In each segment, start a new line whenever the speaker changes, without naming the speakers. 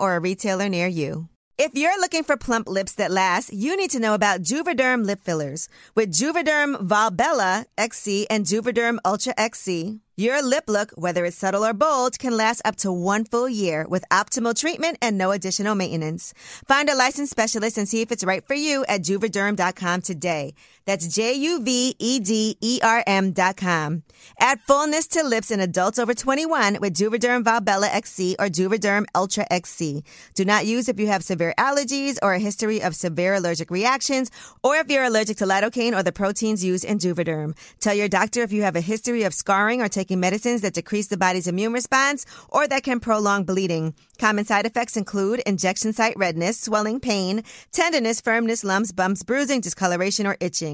or a retailer near you. If you're looking for plump lips that last, you need to know about Juvederm lip fillers. With Juvederm Volbella XC and Juvederm Ultra XC, your lip look, whether it's subtle or bold, can last up to one full year with optimal treatment and no additional maintenance. Find a licensed specialist and see if it's right for you at juvederm.com today. That's J U V E D E R M.com. Add fullness to lips in adults over 21 with Juvederm Valbella XC or Juvederm Ultra XC. Do not use if you have severe allergies or a history of severe allergic reactions or if you're allergic to lidocaine or the proteins used in Juvederm. Tell your doctor if you have a history of scarring or taking medicines that decrease the body's immune response or that can prolong bleeding. Common side effects include injection site redness, swelling, pain, tenderness, firmness, lumps, bumps, bruising, discoloration, or itching.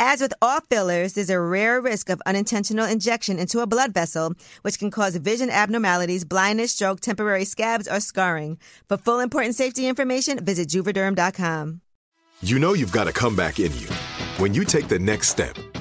As with all fillers, there's a rare risk of unintentional injection into a blood vessel, which can cause vision abnormalities, blindness, stroke, temporary scabs, or scarring. For full important safety information, visit juvederm.com.
You know you've got a comeback in you. When you take the next step,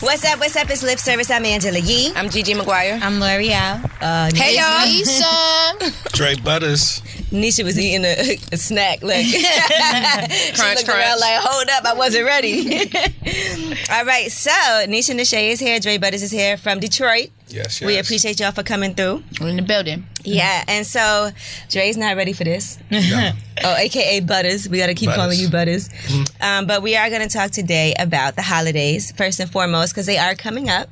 What's up? What's up? It's Lip Service. I'm Angela Yee.
I'm Gigi McGuire.
I'm L'Oreal. Uh,
Hey, y'all.
Dre Butters.
Nisha was eating a, a snack. Like she looked around
crunch.
like, hold up, I wasn't ready. All right, so Nisha Nisha is here. Dre Butters is here from Detroit.
Yes, yes.
We appreciate y'all for coming through.
We're in the building.
Yeah, and so Dre's not ready for this.
No.
Oh, aka Butters. We got to keep
Butters.
calling you Butters. Um, but we are going to talk today about the holidays, first and foremost, because they are coming up.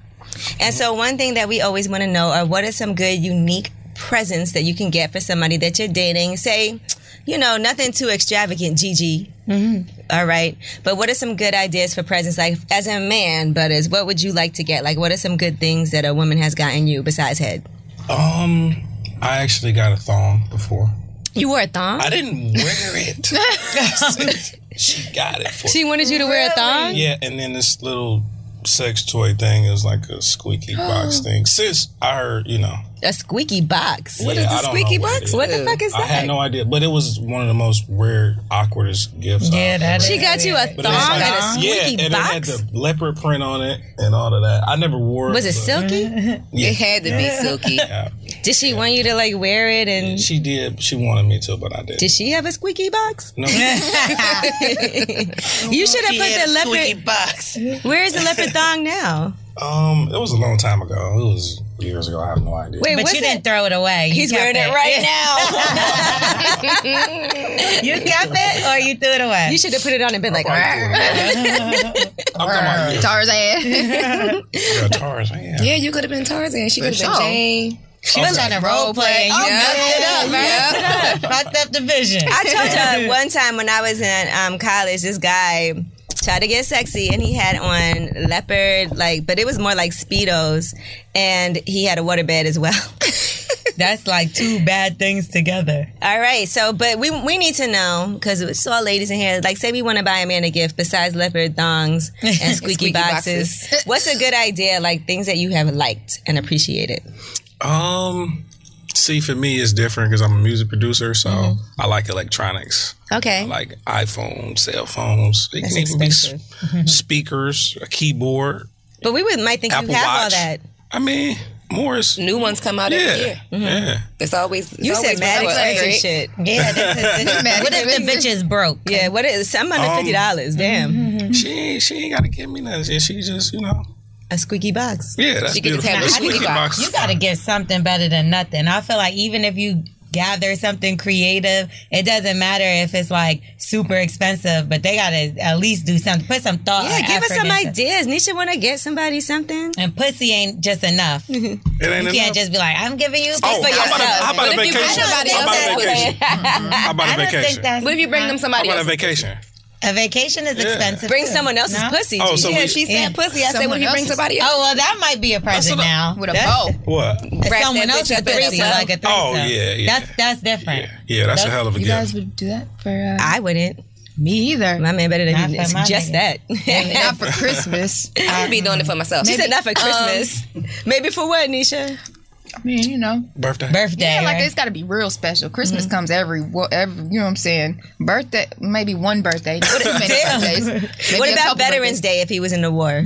And so, one thing that we always want to know are what are some good, unique presents that you can get for somebody that you're dating? Say, you know, nothing too extravagant, Gigi.
Mm-hmm.
All right. But what are some good ideas for presents? Like, as a man, Butters, what would you like to get? Like, what are some good things that a woman has gotten you besides head?
Um, I actually got a thong before.
You wore a thong?
I didn't wear it. she got it for
She wanted you to wear a thong?
Yeah, and then this little sex toy thing is like a squeaky box thing. Since I heard, you know,
A squeaky box.
What is Yeah, the I don't know squeaky what it box? is.
What the fuck is
I
that?
had no idea, but it was one of the most rare, awkwardest gifts.
Yeah, that
that's
is.
She got you a
But
thong
it was like,
and a squeaky
yeah, and
box.
it had the leopard print on it and all of that. I never wore it.
was it
but-
silky?
Yeah.
It had to be silky.
Yeah.
Did she want you to like wear it? And
She did. She wanted me to, but I didn't.
did she have a squeaky box?
no.
You should have
He had
put
a
the leopard.
squeaky box.
Where is the leopard thong now?
Um, it was a long time ago. It was years ago. I have no idea.
Wait,
But
what's
you
it?
didn't throw it away. You
He's
kept
wearing it right now.
You kept it or you threw it away?
you should have put it on and been like, "Arr."
I'm talking about
Tarzan.
you. You're a Tarzan. Yeah.
yeah, you could have been Tarzan. She could have been
So.
Jane.
she was trying to role play. and You messed Oh, it up, right? Fucked up the vision.
I told you uh, one time when I was in um, college, this guy tried to get sexy and he had on leopard, like, but it was more like Speedos and he had a waterbed as well.
That's like two bad things together.
All right, so but we we need to know because it's all ladies in here. Like, say we want to buy a man a gift besides leopard thongs and squeaky,
Squeaky
boxes.
boxes.
What's a good idea? Like things that you have liked and appreciated.
Um, see, for me, it's different because I'm a music producer, so I like electronics.
Okay,
I like iPhones, cell phones. It can even be s- speakers, a keyboard.
but we would might think
Apple
you have all
Watch.
that.
I mean, more is
New ones come out every
yeah,
year.
yeah.
It's always it's
You
always
said mad
been
expensive
upgrades.
shit.
Yeah, this is, this is
Mad
What if the
expensive.
bitch is broke?
Yeah, what is some under fifty
Um,
dollars? Damn,
She ain't she ain't gotta give me nothing. She just you know
a squeaky box.
yeah. That's
She could just
beautiful.
have
The
a squeaky
squeaky
box.
box.
You gotta get something better than nothing. I feel like even if you
gather something creative. It doesn't matter if it's like super expensive, but they gotta at least do something. Put some thought.
Yeah,
and
give us
effort
some
into-
ideas. Nisha want to get somebody something.
And pussy ain't just enough. You
It
Mm-hmm.
ain't
can't
enough.
just be like, I'm giving you.
oh,
pussy.
for
how about, a,
yourself.
how about a
But if you
vacation?
bring somebody
How
else
about a
with
vacation? How about a
I don't think
vacation? How
that's.
What if you bring them somebody
about a
else?
vacation?
A vacation is expensive.
Bring
too.
someone else's
No?
pussy.
Oh,
Gigi.
so
Yeah,
we-
she said
Yeah.
pussy. I said,
Someone
what if you bring
else's-
somebody else?
Oh well, that might be a present now.
With a
That's-
bow.
What?
Wrap
someone
that bitch
else's
up in a
pussy,
bow.
like a threesome.
Oh, yeah, yeah.
That's that's different.
Yeah, yeah that's, a hell of a
You guys
gift.
would do that for uh,
I wouldn't.
me either.
My man better
Not
than you.
for my
Just that.
Not for Christmas.
I would be doing it for myself.
She said not for Christmas. Maybe for what, Nisha?
I mean, you know,
Birthday.
Birthday.
yeah, like
right?
it's got to be real special. Christmas
Mm-hmm.
comes every, wo- every, you know what I'm saying? Birthday, maybe one birthday, not too many birthdays. Maybe
What
a
about
couple
Veterans
birthdays.
Day if he was in the war?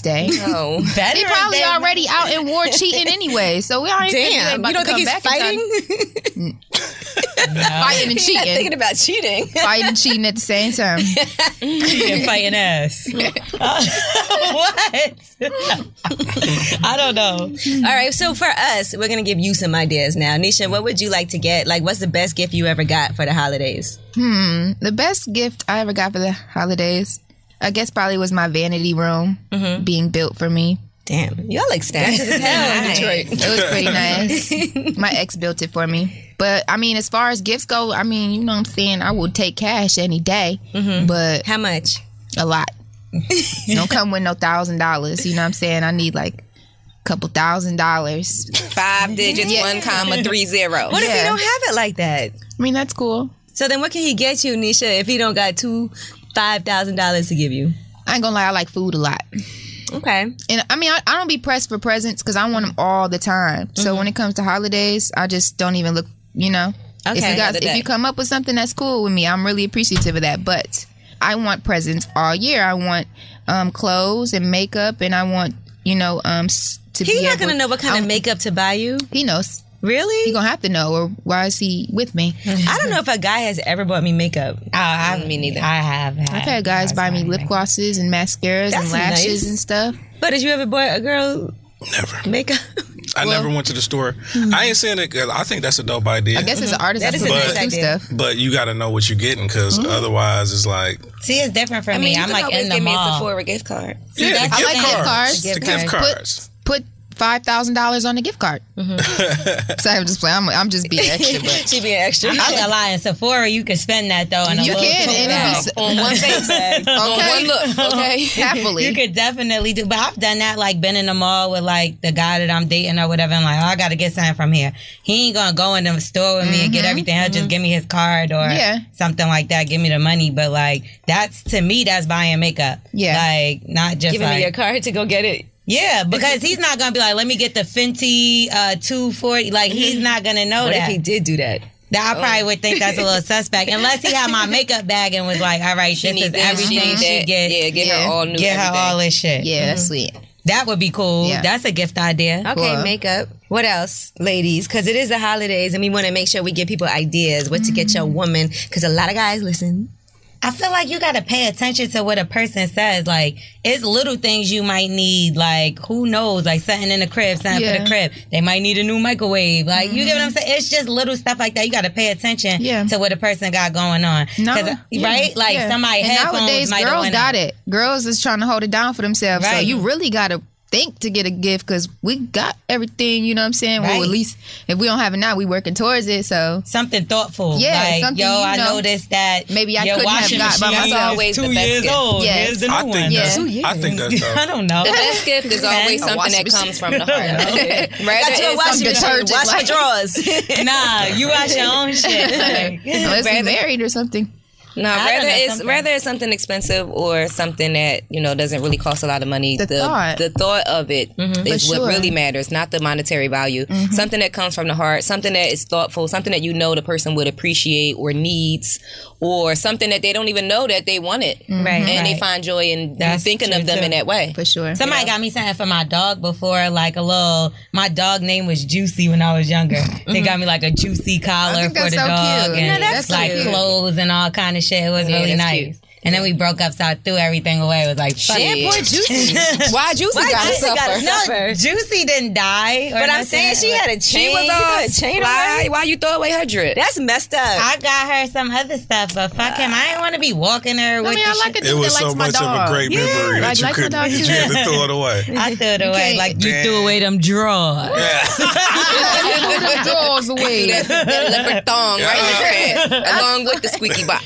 Day.
No.
He
Veterans
probably
Day.
already out in war cheating anyway, so we already think he ain't
Damn,
about
you don't
to come
think he's
back in time.
fighting?
fighting and
He's not thinking
cheating,
about cheating.
fighting and cheating at the same time.
and fighting ass. what? I don't know.
All right, so for us, we're gonna give you some ideas now. Nisha, what would you like to get? Like, what's the best gift you ever got for the holidays?
The best gift I ever got for the holidays, I guess, probably was my vanity room
Mm-hmm.
being built for me.
Damn, y'all expensive as hell in Detroit.
It was pretty nice. My ex built it for me. But I mean, as far as gifts go, I mean, you know what I'm saying? I will take cash any day,
Mm-hmm.
but
How much?
a lot. Don't come with no thousand dollars. You know what I'm saying? I need like a couple thousand dollars.
Five digits, one comma, three zero.
What if
Yeah.
he don't have it like that?
I mean, that's cool.
So then, what can he get you, Nisha, if he don't got two five thousand dollars to give you?
I ain't gonna lie, I like food a lot.
Okay,
and I mean, I, I don't be pressed for presents because I want them all the time. So
Mm-hmm.
when it comes to holidays, I just don't even look. You know, if
Okay.
you guys,
Another
if
day.
you come up with something that's cool with me, I'm really appreciative of that. But I want presents all year. I want um, clothes and makeup, and I want you know um, s- to
he's
be
not
able-
gonna know what kind of makeup to buy you.
He knows. He
Really?
gonna have to know, or why is he with me? I've
I don't know if a guy has ever bought me makeup.
Oh, I, me neither. I have. Had I've
had guys buy me lip glosses and mascaras
That's
and lashes
nice.
and stuff.
But did you ever buy a girl
Never.
makeup?
I never went to the store. I ain't saying it. 'cause I think that's a dope idea.
I guess as an artist,
That
I
is
put
a
my
nice
own
idea.
stuff.
But you got to know what you're getting because otherwise it's like
See, it's different for me.
you
I'm
can
like
always
in the
give me a
mall.
Sephora gift card.
yeah, the
that's- I
gift
like gift
cards,
cards.
the
Gift
gift
cards.
cards.
Put five thousand dollars on a gift card.
Mm-hmm.
Sorry, I'm just playing. I'm, I'm just being extra. But
she be an extra.
I'm not gonna lie. In Sephora, you can spend that though. In a
you
little
can,
tote
and
bag.
it'd be
On one face. On one
okay.
look, okay?
Happily,
You could definitely do, but I've done that. Like been in the mall with like the guy that I'm dating or whatever. I'm like, oh, I gotta get something from here. He ain't gonna go in the store with me and
Mm-hmm,
get everything. He'll just give me his card or
Yeah.
something like that. Give me the money, but like that's to me, that's buying makeup.
Yeah.
like not just
Giving
like,
me your card to go get it.
yeah, because he's not gonna be like, let me get the Fenty uh, two forty. Like he's not gonna know
Mm-hmm. What if
that.
he did do that?
That
Oh.
I probably would think that's a little suspect unless he had my makeup bag and was like, all right,
She
this
need
is
this, she
everything
need
she,
that.
gets.
Yeah, get
Yeah.
her all new.
Get her
everything.
all this shit.
yeah, that's
Mm-hmm.
sweet.
That would be cool.
Yeah.
That's a gift idea.
Okay,
Cool.
makeup. What else, ladies? Because it is the holidays, and we want to make sure we give people ideas what to get your woman. Because a lot of guys listen.
I feel like you got to pay attention to what a person says. Like, it's little things you might need. Like, who knows? Like, something in the crib, something for
Yeah. Mm-hmm.
the crib. They might need a new microwave. Like, you get what I'm saying? It's just little stuff like that. You got to pay attention
Yeah.
to what a person got going on.
No,
'Cause, uh,
yeah,
right? Like,
yeah.
somebody
And
headphones
nowadays,
might have
girls
went
got
out.
it. Girls is trying to hold it down for themselves. So
Right.
you really gotta think to get a gift because we got everything. You know what I'm saying? Well,
Right.
at least if we don't have it now, we working towards it. So
Something thoughtful.
Yeah,
like,
something
yo,
you
I
know,
noticed that
maybe I
your
couldn't have
washing
got by
machine
myself.
is
Always the
two
best
years
gift.
old.
Yes.
Here's the new
I think
one.
Yeah.
that's, I think that's
I
dope.
don't know.
The best gift is always something that comes from the heart.
Okay.
Rather
That's your
it's
washing
some
machine.
detergent,
Wash my
like-
drawers.
nah, you wash your own shit. Like,
unless we married or something.
No,
don't
rather
know,
it's
something.
rather it's something expensive or something that you know doesn't really cost a lot of money.
The thought.
the thought of it is
For
what
sure.
really matters, not the monetary value. Something that comes from the heart, something that is thoughtful, something that you know the person would appreciate or needs, or something that they don't even know that they want it,
Right,
and they
Mm-hmm. right.
find joy in
That's
thinking
true,
of them
too.
in that way.
For sure.
Somebody got me something for my dog before, like a little. My dog name was Juicy when I was younger. They got me like a juicy collar
Mm-hmm. think
for the
that's so
dog
cute.
and
No, that's
like
cute.
clothes and all kind of shit. It was
Yeah,
really
that's
nice.
cute.
And then we broke up, so I threw everything away. It was like, fuck
Shit,
it.
boy, Juicy. Why Juicy gotta
Juicy
suffer?
gotta No, Juicy didn't die.
But I'm saying she had a chain.
She was
You got
on
a chain on
fly.
her?
Why you throw away her drip?
That's messed up.
I got her some other stuff, but fuck him. I didn't want to be walking her with
I mean,
the
I like
shit.
a dude
It was
that
so
likes my
much of a
dog.
great memory
Yeah,
that
I
you
like my
couldn't,
dog
that you had to throw it away.
I threw it away.
can't-
Like you
Damn.
threw away them drawers.
Yeah.
Put them drawers away.
that, that leopard thong right in the crib, along with the squeaky box.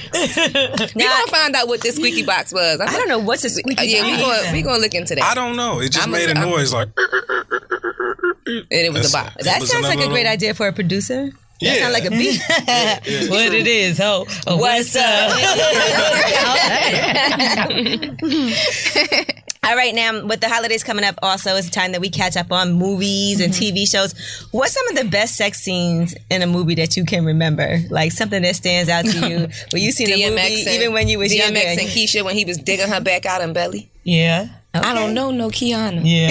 we gonna find out what this squeaky box was. I'm
I don't know what's a squeaky.
yeah, we
box.
gonna we gonna look into that.
I don't know. It just
I'm a-
made a
I'm-
noise like.
and it was a
That's-
box.
That
That
was
sounds like
another
a great
little-
idea for a producer.
Yeah.
That sounds like a beat.
what it is, ho. Oh,
What's up? All right, now with the holidays coming up, also it's time that we catch up on movies
Mm-hmm.
and TV shows. What's some of the best sex scenes in a movie that you can remember? Like something that stands out to you when you seen a movie, even when you was
DMX
younger.
and Keisha when he was digging her back out in belly.
Yeah.
I don't know no Kiana.
Yeah.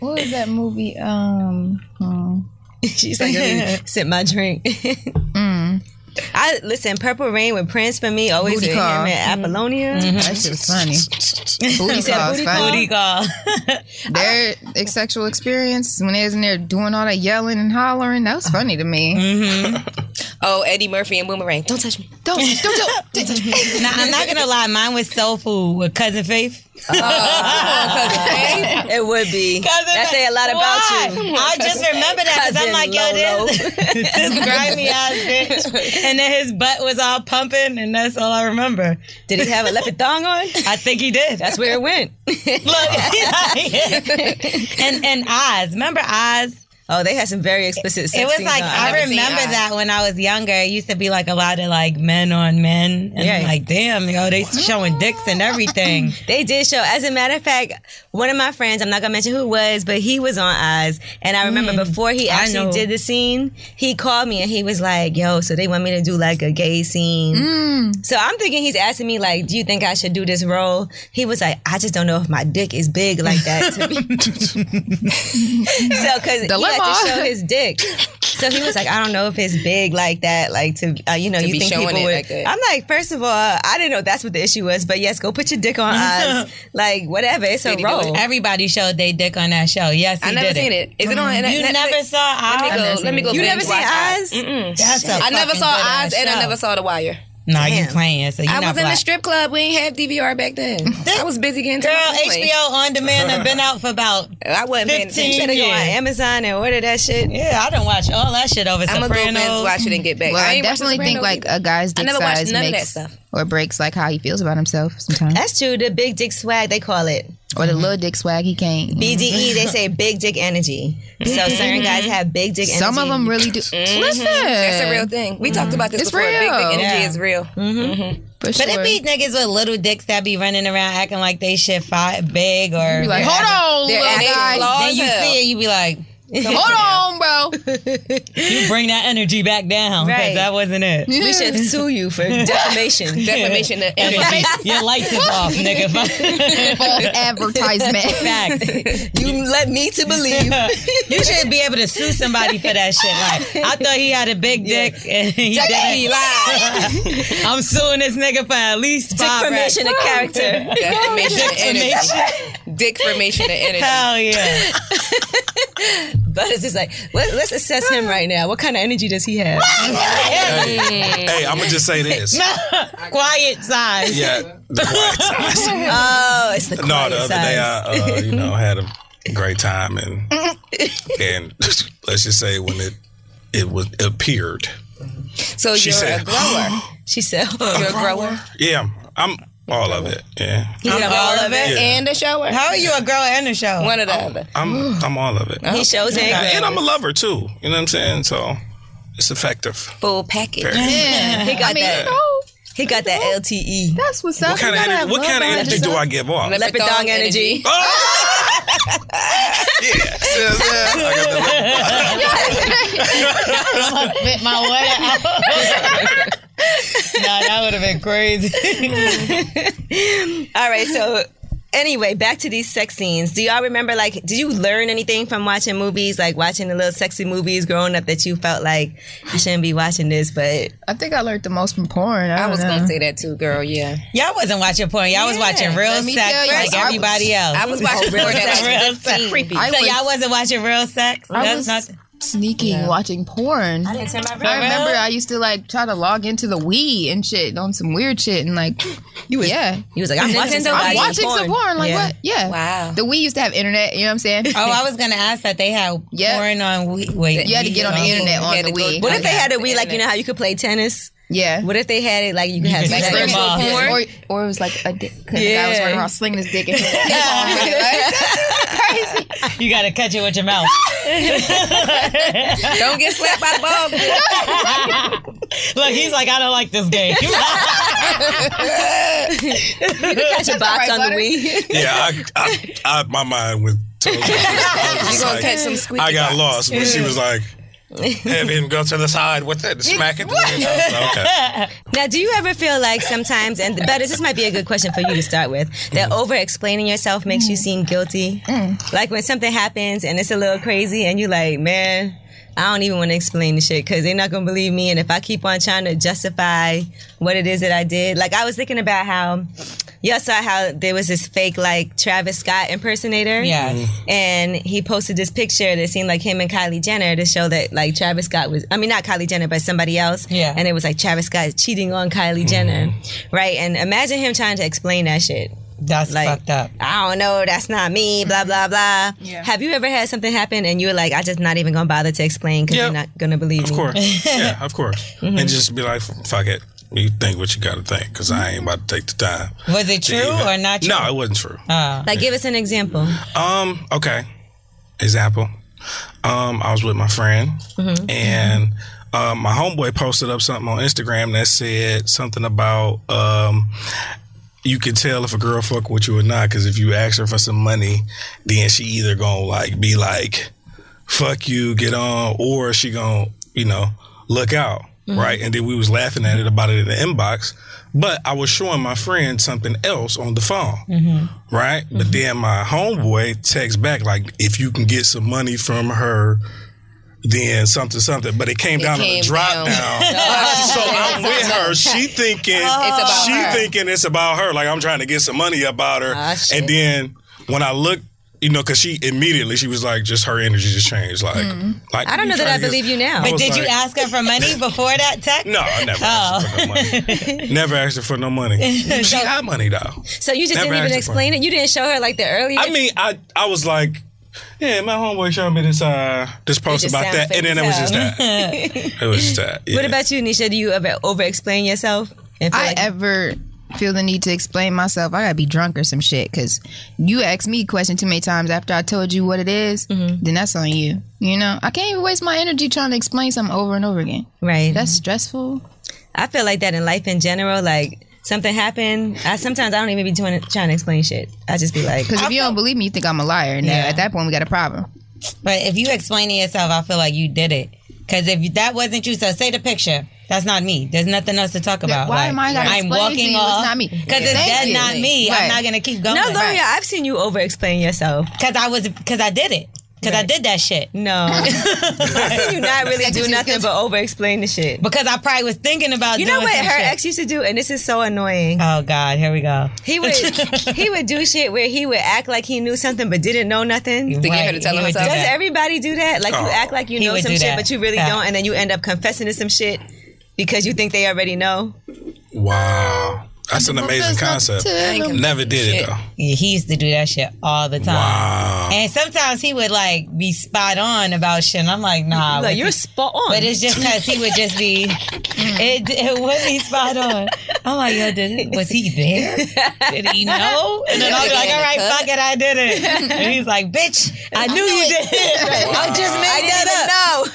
What was that movie? Um, hmm.
She's like, "Let me sip my drink. Mm. I listen. Purple Rain with Prince for me always
Booty
hit him
call.
Mm-hmm.
at Apollonia.
that shit was funny. Booty call is funny.
Booty call.
Their ex- sexual experience when they was in there doing all that yelling and hollering, that was funny to me.
Mm-hmm. Oh, Eddie Murphy and Boomerang. Don't touch me.
Don't, don't, don't, don't touch me.
now, I'm not gonna lie. Mine was soul food with cousin Faith.
Oh,
It would be. That say a lot
Why?
about you.
I just remember that because I'm
Cousin
like, yo,
Lolo.
this, this grimy ass bitch. And then his butt was all pumping, and that's all I remember.
Did he have a leopard thong on?
I think he did.
That's where it went.
Look, and and Oz. Remember Oz?
Oh, they had some very explicit. Sex
It was
scenes
like
on.
I remember that when I was younger. It used to be like a lot of like men on men, and I'm
Yeah.
like, damn, yo, they showing dicks and everything.
They did show. As a matter of fact, one of my friends, I'm not gonna mention who it was, but he was on Oz, and I remember
Mm.
before he actually
know.
did the scene, he called me and he was like, "Yo, so they want me to do like a gay scene."
Mm.
So I'm thinking he's asking me like, "Do you think I should do this role?" He was like, "I just don't know if my dick is big like that to me." so because he
Dilemma.
had to show his dick. So he was like, I don't know if it's big like that, like to uh, you know, you
be
think
showing
people
it
would.
like that.
I'm like, first of all, I didn't know that's what the issue was, but yes, go put your dick on Oz, like whatever, it's a
Did he do
role.
it?
Everybody showed they dick on that show. Yes, he
I never
did
seen it. Is it on?
You never saw
Let
Oz.
me go. Let me go.
You never
binge
seen
watch
Oz?
Mm-mm.
That's a
I never
fucking
saw
good-ass
Oz and
show.
I never saw The Wire.
Nah, you
Damn.
playing? So you
I
not
was in
black.
the strip club. We ain't have DVR back then. I was busy getting to
Girl,
my plane.
HBO on demand have been out for about.
I wasn't paying
15
attention.
Better go on
Yeah.
Amazon and order that shit.
Yeah, I don't watch all that shit over
I'm gonna go
Sopranos.
binge watch it and get back.
Well, I,
ain't watched
definitely think
Sopranos
like
either.
a guy's dick
never watched
size
none of that
makes
stuff.
or breaks like how he feels about himself sometimes,
That's true. The big dick swag they call it
or the little dick swag he can't.
E
BDE. They say big dick energy. So certain guys have big dick energy.
Mm. Some of them really do. Listen,
Mm-hmm. That's a real thing. We talked about this
uh, It's
before. Big
real.
dick energy
Yeah.
is real.
for sure.
But it be niggas with little dicks that be running around acting like they shit five, big or.
Be like, hold on,
They're
little
acting
guy.
flawed.
then you
as hell.
see it, you be like,
Hold on, bro.
you bring that energy back down. 'cause
Right.
that wasn't it.
We should sue you for defamation.
Defamation of
Energy.
information.
Your lights is off, nigga. Fuck.
False advertisement.
Facts.
you led me to believe.
You should be able to sue somebody for that shit. Like, I thought he had a big dick and
He
he didn't.
lied.
I'm suing this nigga for at least five racks.
Defamation of character.
Defamation of energy.
Defamation.
Dick formation of energy.
Hell yeah.
But it's just like, let, let's assess him right now. What kind of energy does he have?
hey, I'm gonna just say this.
Quiet side.
Yeah, the quiet size.
Oh, it's the
No,
quiet
the other
size.
day I, uh, you know, had a great time, and and let's just say when it it was appeared,
So
She
you're
said-
a grower.
she said,
You're a grower.
yeah, I'm all of it, yeah,
I'm all of it.
Yeah.
And a shower.
How are you a girl and a show?
One or the other.
I'm I'm all of it,
he shows her.
and I'm a lover too. You know what I'm saying? So it's effective.
Full package.
Yeah.
He got
I mean,
that.
you know,
He got that LTE.
that's what's up.
What kind
You
of
gotta
energy,
have
what
love
kind of
behind
energy do
yourself.
I give off?
Leopard dong energy.
Oh! yeah, see what I'm saying? I got the-
Spit my way out. nah, that would have been crazy.
All right, so Anyway, back to these sex scenes. Do y'all remember, like, did you learn anything from watching movies, like watching the little sexy movies growing up that you felt like you shouldn't be watching this, but
I think I learned the most from porn. I,
I
don't
was
know.
Mm-hmm.
gonna say that too, girl. Yeah,
Y'all wasn't watching porn. Y'all was watching real
let me tell
sex
you,
like
I was-
everybody else.
I was watching porn at like
real sex.
creepy.
I
so
was-
y'all wasn't watching real sex.
I
That's
was
not.
sneaking watching porn. I, remember I used to like try to log into the Wii and shit on some weird shit and like you was, yeah.
he was like, I'm watching
Nintendo
somebody.
I'm watching some porn. Like
Yeah.
what? Yeah.
Wow.
The Wii used to have internet, you know what I'm saying?
Oh, I was gonna ask that they had
Yeah.
porn on. we- Wait,
You had to get on the internet on
had
the
to go-
Wii.
What if they
Yeah.
had a Wii, like, you know how you could play tennis?
Yeah.
What if they had it, like, you could have
could
sex?
play
with-
ball.
Yeah. Or, or it was like a dick. Cause the guy was
Yeah.
running around slinging his dick. And crazy.
You gotta catch it with your mouth.
Don't get slapped by the ball. girl.
Look, he's like, I don't like this game.
Catch a box on the Wii.
Yeah, I, I, I, my mind went. Totally, I was
You
just
gonna
like-
catch some squeaky?
I got
box.
lost when she was like, have him go to the side with it, and smack it. Okay.
Now, do you ever feel like sometimes, and but this might be a good question for you to start with, that over explaining yourself makes you seem guilty? Like when something happens and it's a little crazy and you're like, man, I don't even want to explain the shit because they're not going to believe me. And if I keep on trying to justify what it is that I did, like I was thinking about how y'all saw how there was this fake, like Travis Scott impersonator.
yeah.
And he posted this picture that seemed like him and Kylie Jenner to show that like Travis Scott was I mean not Kylie Jenner but somebody else.
Yeah.
And it was like Travis Scott is cheating on
Mm-hmm.
Kylie Jenner. Right? And imagine him trying to explain that shit.
That's
Like-
fucked up.
I don't know, that's not me, blah blah blah. Yeah. Have you ever had something happen and you were like, I just not even gonna bother to explain because
Yeah.
you're not gonna believe
Of
me.
course. Yeah, of course. And just be like, fuck it. You think what you got to think because I ain't about to take the time.
Was it
to
true
even-
or not true?
No, it wasn't true.
Like give us an example.
Um, okay. Example. Um, I was with my friend and um, my homeboy posted up something on Instagram that said something about um, you can tell if a girl fuck with you or not because if you ask her for some money, then she either gonna like be like, "Fuck you, get on," or she gonna you know look out, right? And then we was laughing at it about it in the inbox, but I was showing my friend something else on the phone, right? But then my homeboy texts back like, "If you can get some money from her." Then something, something, but it came down on
came
the drop
down.
down. so I'm with her. She thinking
about
she
her.
thinking it's about her. Like I'm trying to get some money about her.
Ah,
and then when I look, you know, because she immediately she was like, just her energy just changed. Like, like
Mm-hmm. I don't
you
know that
trying
I
to get-
believe you now.
I
But
was
did you
like-
ask her for money before that text?
No, I never asked her for no money. never asked her for no money. She had money though.
So you just
Never
didn't
asked
even
her
explain
for
it. You didn't show her like the earlier
I mean, I I was like, yeah, my homeboy showed me this uh this post
just
about
sound
that,
fake
and then
as
it was just
hell.
that. it was just that.
What
yeah.
about you, Nisha? Do you ever over explain yourself? And feel
I
like-
ever feel the need to explain myself, I gotta be drunk or some shit. Cause you asked me a question too many times after I told you what it is,
Mm-hmm.
then that's on you. You know, I can't even waste my energy trying to explain something over and over again.
right.
That's stressful.
I feel like that in life in general. Like something happened. I sometimes I don't even be doing, trying to explain shit. I just be like,
Because if you don't believe me, you think I'm a liar. And
Yeah.
yeah. at that point, we got a problem.
But if you explain to yourself, I feel like you did it. Because if that wasn't you, so say the picture. That's not me. There's nothing else to talk about.
why
Like,
am I gotta explain
I'm
it to
walking
you? It's
off.
not me.
Because
Yeah.
it's
Thank
that's
you.
not me. I'm
Right.
not gonna keep going.
no, Gloria, I've seen you over explain yourself.
Because I was. Because I did it. Because I did that shit.
No, I've seen you not really do nothing but over explain the shit.
Because I probably was thinking about.
You know
doing
what
some
her
shit.
ex used to do, and this is so annoying.
Oh God, here we go.
He would he would do shit where he would act like he knew something but didn't know nothing.
To get her
Right,
to tell
he
him
would do
something.
Does
that.
everybody do that? Like you
Oh.
act like you
He
know
would
some
do
shit,
that.
but you really
Yeah.
don't, and then you end up confessing to some shit because you think they already know.
Wow, that's an amazing concept. Never did it though.
Yeah, he used to do that shit all the time.
Wow.
And sometimes he would like be spot on about shit. And I'm like, nah.
Like
what
you're
the-
spot on.
But it's just because he would just be, it, it would be spot on. I'm like, yo, did, was he there? Did he know? And then I'll be like, all right, fuck it, I did it. And he's like, bitch, I knew you did it. I just made that
no.
up.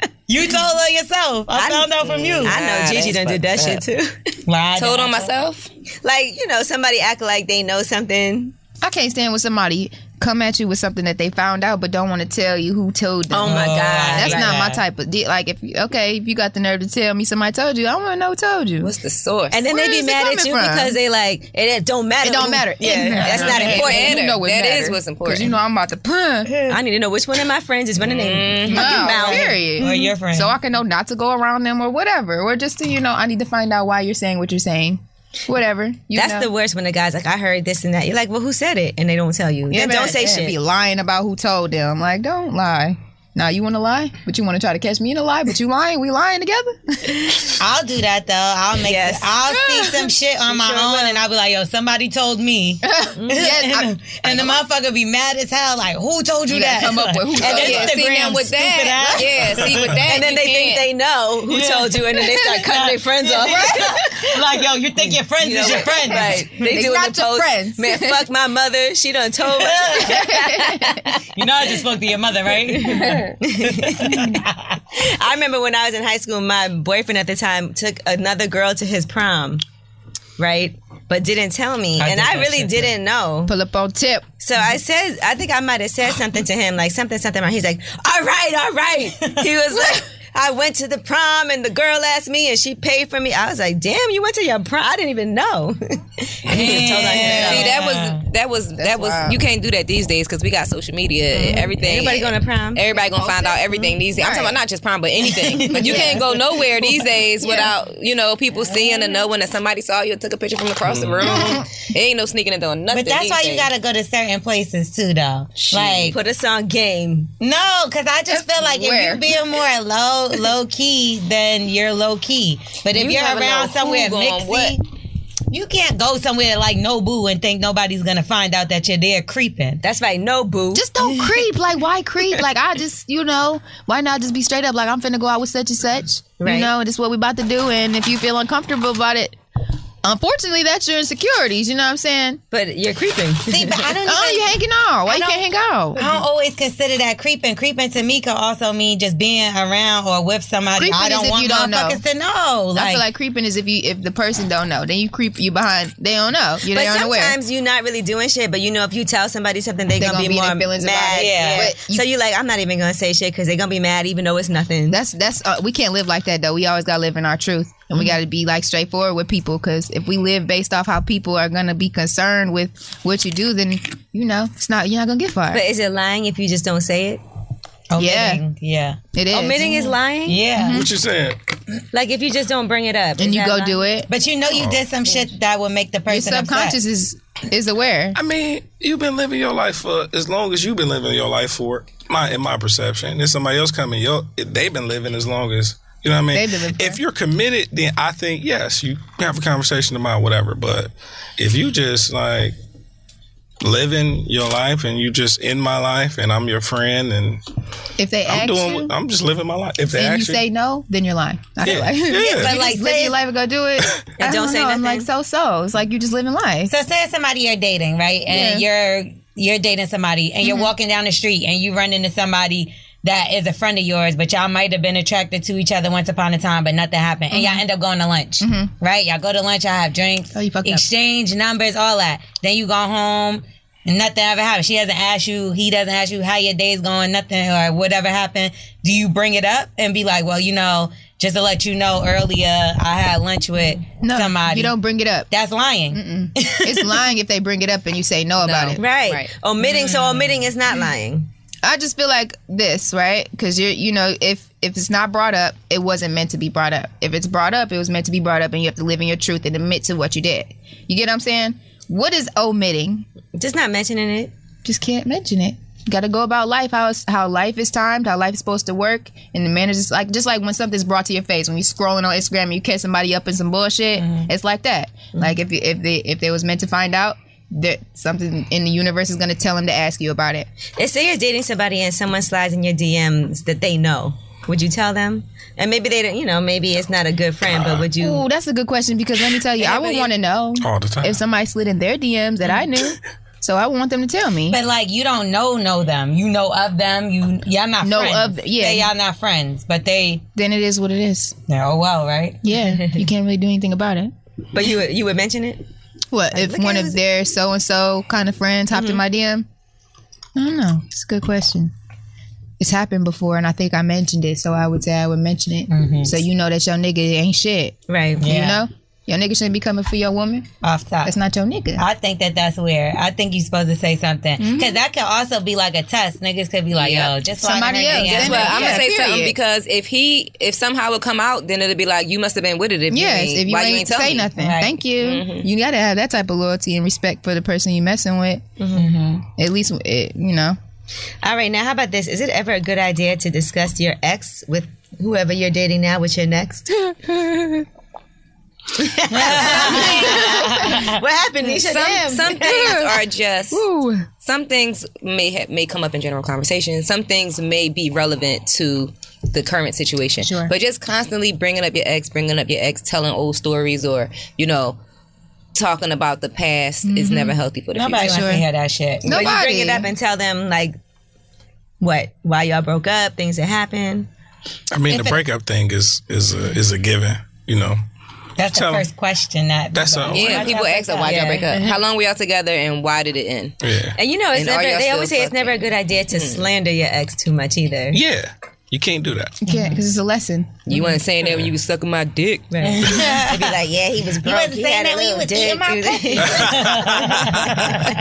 Yeah. You told her yourself. I, found out from you.
I know
Nah,
Gigi
that's
done did that shit
fucked
too.
Lied
Told
down.
on myself.
like, you know, somebody act like they know something.
I can't stand when somebody come at you with something that they found out but don't want to tell you who told them.
Oh
Uh,
my God.
That's
Like
not my
that.
type of deal. Like if you, okay, if you got the nerve to tell me somebody told you, I want to know who told you.
What's the source?
And then
Where
they be
is it
mad at
coming
you
from?
because they like, it, it don't matter.
it don't
who-
matter.
Yeah, that's not
It
important.
matter. You know what
That
matter.
is what's important.
'Cause you know I'm about to pun.
I need to know which one of my friends is running their
Mm-hmm.
fucking
No,
Oh,
mouth.
period.
Or your friend.
Mm-hmm. So I can know not to go around them or whatever, or just to you know, I need to find out why you're saying what you're saying. Whatever. You
That's
know.
the worst when the guy's like, I heard this and that. You're like, well, who said it? And they don't tell you.
Yeah,
then don't
man,
say
they
shit.
Be lying about who told them. Like, don't lie. Now you want to lie, but you want to try to catch me in a lie, but you lying. We lying together.
I'll do that though. I'll make.
Yes.
I'll see some shit on my own, and I'll be like, "Yo, somebody told me."
yes, I,
and, the motherfucker be mad as hell. Like, who told
you
you, that?
gotta come up with who told
And then
you.
yeah, see
Instagram,
now with
stupid
that.
ass.
Yeah, see with that.
And then
you
they think
can't-
they know who told you, and then they start cutting their friends off.
like, yo, you think your friends is your friends?
Right. They,
They
do
not
in the
your
post.
friends.
Man, fuck my mother. She done told me.
You know, I just spoke to your mother, right?
I remember when I was in high school, my boyfriend at the time took another girl to his prom, right? But didn't tell me.
I
and
did
I
that
really
shit,
didn't know.
Pull up on tip.
So
Mm-hmm.
I said, I think I might have said something to him, like something, something. wrong. He's like, all right, all right. He was like, I went to the prom and the girl asked me and she paid for me. I was like, damn, you went to your prom? I didn't even know. and he just told on himself.
See that was that was that was
wild.
you can't do that these days because we got social media and everything.
Everybody going to prom?
Mm-hmm. Everybody gonna find out everything these days. I'm talking about not just prom, but anything. But you can't go nowhere these days without you know people seeing and knowing that somebody saw you and took a picture from across the room. it ain't no sneaking and doing nothing.
But that's
these
why you
days.
gotta go to certain places too, though. Like,
Put us on game.
no, because I just feel like
Where?
if you're being more low, low key, then you're low key. But if
You
you are
never know
around
who
somewhere
going what.
mixy, you can't go somewhere like Nobu and think nobody's gonna find out that you're there creeping.
That's right. No boo.
Just don't creep. Like, why creep? Like, I just, you know, why not just be straight up? Like, I'm finna go out with such and such.
Right.
You know, this is what we about to do. And if you feel uncomfortable about it, unfortunately, that's your insecurities. You know what I'm saying?
but you're creeping.
See, but I don't.
Oh,
even-
you hanging out. Why you
don't-
can't hang out?
I don't always consider that creeping. Creeping to me could also mean just being around or with somebody.
Creeping
I
is
don't
if
want
you don't know.
motherfuckers to know. Like,
I feel like creeping is if you if the person don't know, then you creep you behind. They don't know. You
But
they aren't aware.
sometimes you're not really doing shit, but you know if you tell somebody something, they're
They
gonna,
gonna
be,
be in
more
their feelings about
mad.
it. Yeah. But you-
so you're like, I'm not even gonna say shit because they're gonna be mad, even though it's nothing.
That's that's uh, we can't live like that though. We always gotta live in our truth, and
Mm-hmm.
we gotta be like straightforward with people. Because if we live based off how people are gonna be concerned with what you do, then you know it's not you're not gonna get far.
but is it lying if you just don't say it?
omitting. yeah,
It is,
Omitting is lying.
yeah.
Mm-hmm.
What you said?
Like if you just don't bring it up,
and you go do it.
But you know you did some shit that would make the
Your
person
subconscious
upset.
is is aware.
I mean, you've been living your life for as long as you've been living your life for. My in my perception, if somebody else coming, yo, they've been living as long as you know what I mean.
They've been living
if
for.
you're committed, then I think yes, you have a conversation about whatever. But if you just like living your life and you just in my life and I'm your friend and
If they
I'm
ask
doing,
you
I'm just living my life. If they
and you
ask
say no, then you're lying. I feel
Yeah,
like
yeah. Yeah, but
you
like,
just live
say-
your life and go do it. I
don't
don't,
say
know. I'm
nothing.
like so so. It's like you just living life.
So say it's somebody you're dating, right? And you're you're dating somebody and
Mm-hmm.
you're walking down the street and you run into somebody that is a friend of yours, but y'all might have been attracted to each other once upon a time, but nothing happened. And y'all end up going to lunch. Right? Y'all go to lunch, y'all have drinks,
Mm-hmm. Oh, you fucked up.
exchange numbers, all that. Then you go home and nothing ever happened. She doesn't ask you, he doesn't ask you how your day's going, nothing or whatever happened. Do you bring it up and be like, Well, you know, just to let you know earlier I had lunch with
no,
somebody.
you don't bring it up.
that's lying.
it's lying if they bring it up and you say no about it.
Right.
Right.
Omitting.
Mm.
So omitting is not lying.
I just feel like this, right? Because you're, you know, if if it's not brought up, it wasn't meant to be brought up. If it's brought up, it was meant to be brought up, and you have to live in your truth and admit to what you did. You get what I'm saying? What is omitting?
Just not mentioning it.
Just can't mention it. Got to go about life how it's, how life is timed, how life is supposed to work, and the manners is like just like when something's brought to your face when you scrolling on Instagram and you catch somebody up in some bullshit. It's like that. Like if you- if they if they was meant to find out that something in the universe is gonna tell them to ask you about it.
If say you're dating somebody and someone slides in your DMs that they know, would you tell them? And maybe they don't. You know, maybe it's not a good friend, but would you?
Ooh, that's a good question because let me tell you, I would want to know
All the time.
if somebody slid in their DMs that I knew. So I want them to tell me.
But like you don't know know them. You know of them. You y'all not
Know
friends.
of th- yeah.
They y'all not friends, but they
Then it is what it is.
they're oh well, right?
Yeah, you can't really do anything about it.
But you would, you would mention it. Mm-hmm.
What if
look
one
at
of
us.
their so and so kind of friends hopped in my DM? I don't know. It's a good question. It's happened before, and I think I mentioned it, so I would say I would mention it. So you know that your nigga ain't shit.
Right.
You know, your nigga shouldn't be coming for your woman.
Off top.
That's not your nigga.
I think that that's weird. I think you're supposed to say something
Mm-hmm.
because that could also be like a test. Niggas could be like, "Yo, just so I
Somebody
can hurt
else.
your
That's
But
ass."
I'm gonna
Yeah,
say something
period.
because if he, if somehow it come out, then it'll be like you must have been with it. If
Yes,
you ain't,
if you
why
ain't,
you ain't tell
say
me?
nothing,
Right.
thank you.
Mm-hmm.
You gotta have that type of loyalty and respect for the person you messing with.
Mm-hmm.
At least, it, you know.
All right, now how about this? Is it ever a good idea to discuss your ex with whoever you're dating now with your next? what happened, Nisha?
Some,
Damn.
some things are just some things may ha- may come up in general conversation. Some things may be relevant to the current situation.
Sure.
But just constantly bringing up your ex, bringing up your ex, telling old stories, or you know, talking about the past is
Mm-hmm.
never healthy for the
Nobody
future.
wants to hear that shit.
But you bring
Nobody.
it up and tell them like what why y'all broke up, things that happened.
I mean, the breakup thing is is a, is a given. You know,
That's the
So-
first question that.
That's
people
a-
ask.
Yeah,
Why'd
people ask, like, why would y'all
Yeah.
break up? How long were y'all together, and why did it end?
yeah,
And you know, it's
And are
never,
y'all
they always
still
say it's never a good idea to slander your ex too much either.
yeah. You can't do that.
Yeah, because it's a lesson.
You
Mm-hmm.
weren't saying that when you was sucking my dick.
They'd be like, yeah, he was broke.
wasn't
he
saying
had a
that when you
little
was eating
dick.
my
He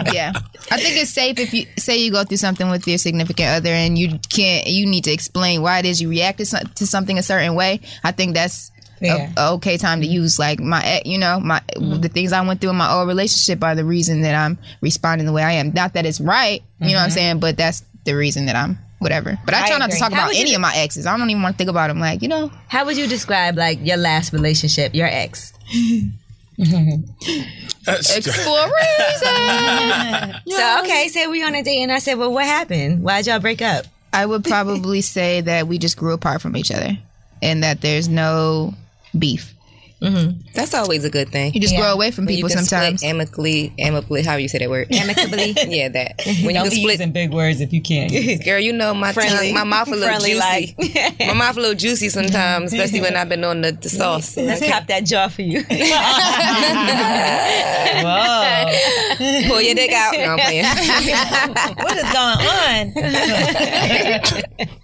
was-
yeah, I think it's safe if you say you go through something with your significant other and you can't, you need to explain why it is you reacted so- to something a certain way. I think that's. a-
Yeah. Mm-hmm.
A, okay time to use like my ex- you know my the things I went through in my old relationship are the reason that I'm responding the way I am not that it's right you know what I'm saying but that's the reason that I'm whatever but I try not to
Mm-hmm. agree.
talk
How
about any of my exes I don't even want to think about them like you know
How would you describe like your last relationship, your ex?
explore
So okay, say we on a date, and I said, "Well, what happened? Why'd y'all break up?"
I would probably say that we just grew apart from each other and that there's no beef.
That's always a good thing.
You just grow away from
When you
people
can split
sometimes.
amicably, amicably. How you say that word?
Amicably.
yeah, that. When you
Don't
can
be
split
using big words if you can.
Girl, you know my tongue, my mouth a little
Friendly,
juicy.
like-
my mouth a little juicy sometimes, especially when I've been on the, the sauce.
Let's pop that jaw for you.
Whoa,
Pull your dick out. No, I'm playing. Oh,
what is going on?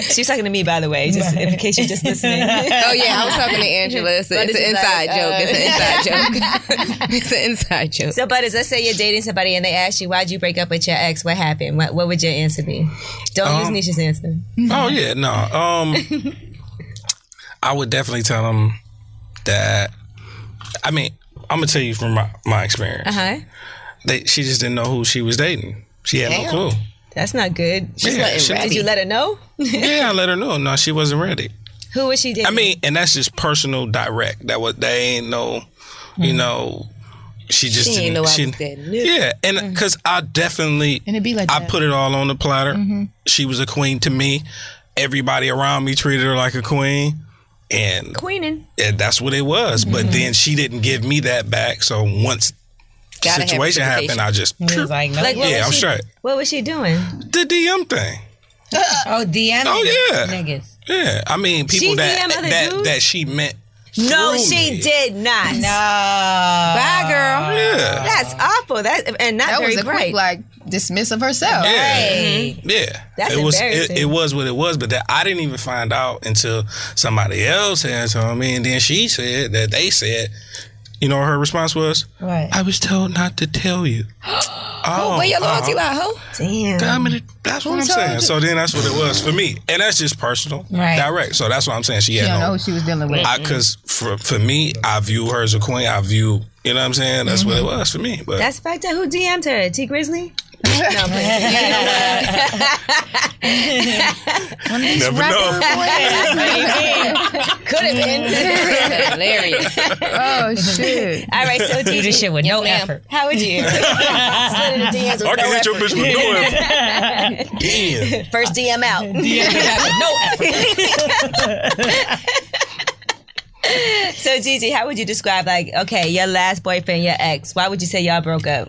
She's talking to me, by the way, just in case you're just listening.
oh yeah, I was talking to Angela. It's, a, it's an
is
inside
like, uh,
joke. It's an inside joke. it's an inside joke.
so, but as let's say you're dating somebody and they ask you, "Why'd you break up with your ex? What happened? What, what would your answer be?" Don't
Um,
use Nisha's answer.
Oh yeah, no. Um, I would definitely tell them that. I mean, I'm gonna tell you from my, my experience.
Uh-huh.
Huh?
They, she just didn't know who she was dating. She had no clue.
That's not good.
Yeah, she-
Did you let her know?
yeah, I let her know. No, she wasn't ready.
Who was she dating?
I mean, and that's just personal, direct. That was they ain't no, you know. She just
Mm. She ain't
didn't.
know I
she,
was Mm. that new.
yeah, and because I definitely
And it be like
I
that.
put it all on the platter. She was a queen to me. Everybody around me treated her like a queen, and
queening.
and that's what it was. But then she didn't give me that back. So once the
Gotta have
situation
reciprocation.
happened, I just
He was like, no.
Like, what
yeah,
was
I'm
she-
straight.
What was she doing?
The DM thing.
oh, DM.
Oh, yeah.
niggas.
Yeah, I mean people
She
that
DM other
that
dudes?
that she meant.
No,
through
she
me.
did not.
No.
Bye, girl.
Oh, Yeah,
That's awful. That and not
That
very
was a
bright.
quick like dismiss of herself.
yeah.
Hey.
Yeah,
That's
it was it,
embarrassing.
it was what it was, but that I didn't even find out until somebody else had told me, and then she said that they said, you know, what her response was,
What?
"I was told not to tell you." oh,
Where your loyalty
uh,
lie, ho?
Damn.
damn it, that's what I'm saying. So then that's what it was for me, and that's just personal,
Right.
direct. So that's what I'm saying. She
You
had
don't know
no,
who she was dealing with.
I because for for me, I view her as a queen. I view, you know, what I'm saying. That's what it was for me. But
That's fact. Who DM'd her? T Grizzly? no, but
never know.
could have been.
Hilarious.
oh shit!
All right, so
Do this
Gigi,
shit with no
ma'am.
effort.
how would you? Slid in the DMs with
I
no
can hit your
effort.
bitch with no effort. Damn.
First DM out.
no effort.
so Gigi, how would you describe like okay, your last boyfriend, your ex? Why would you say y'all broke up?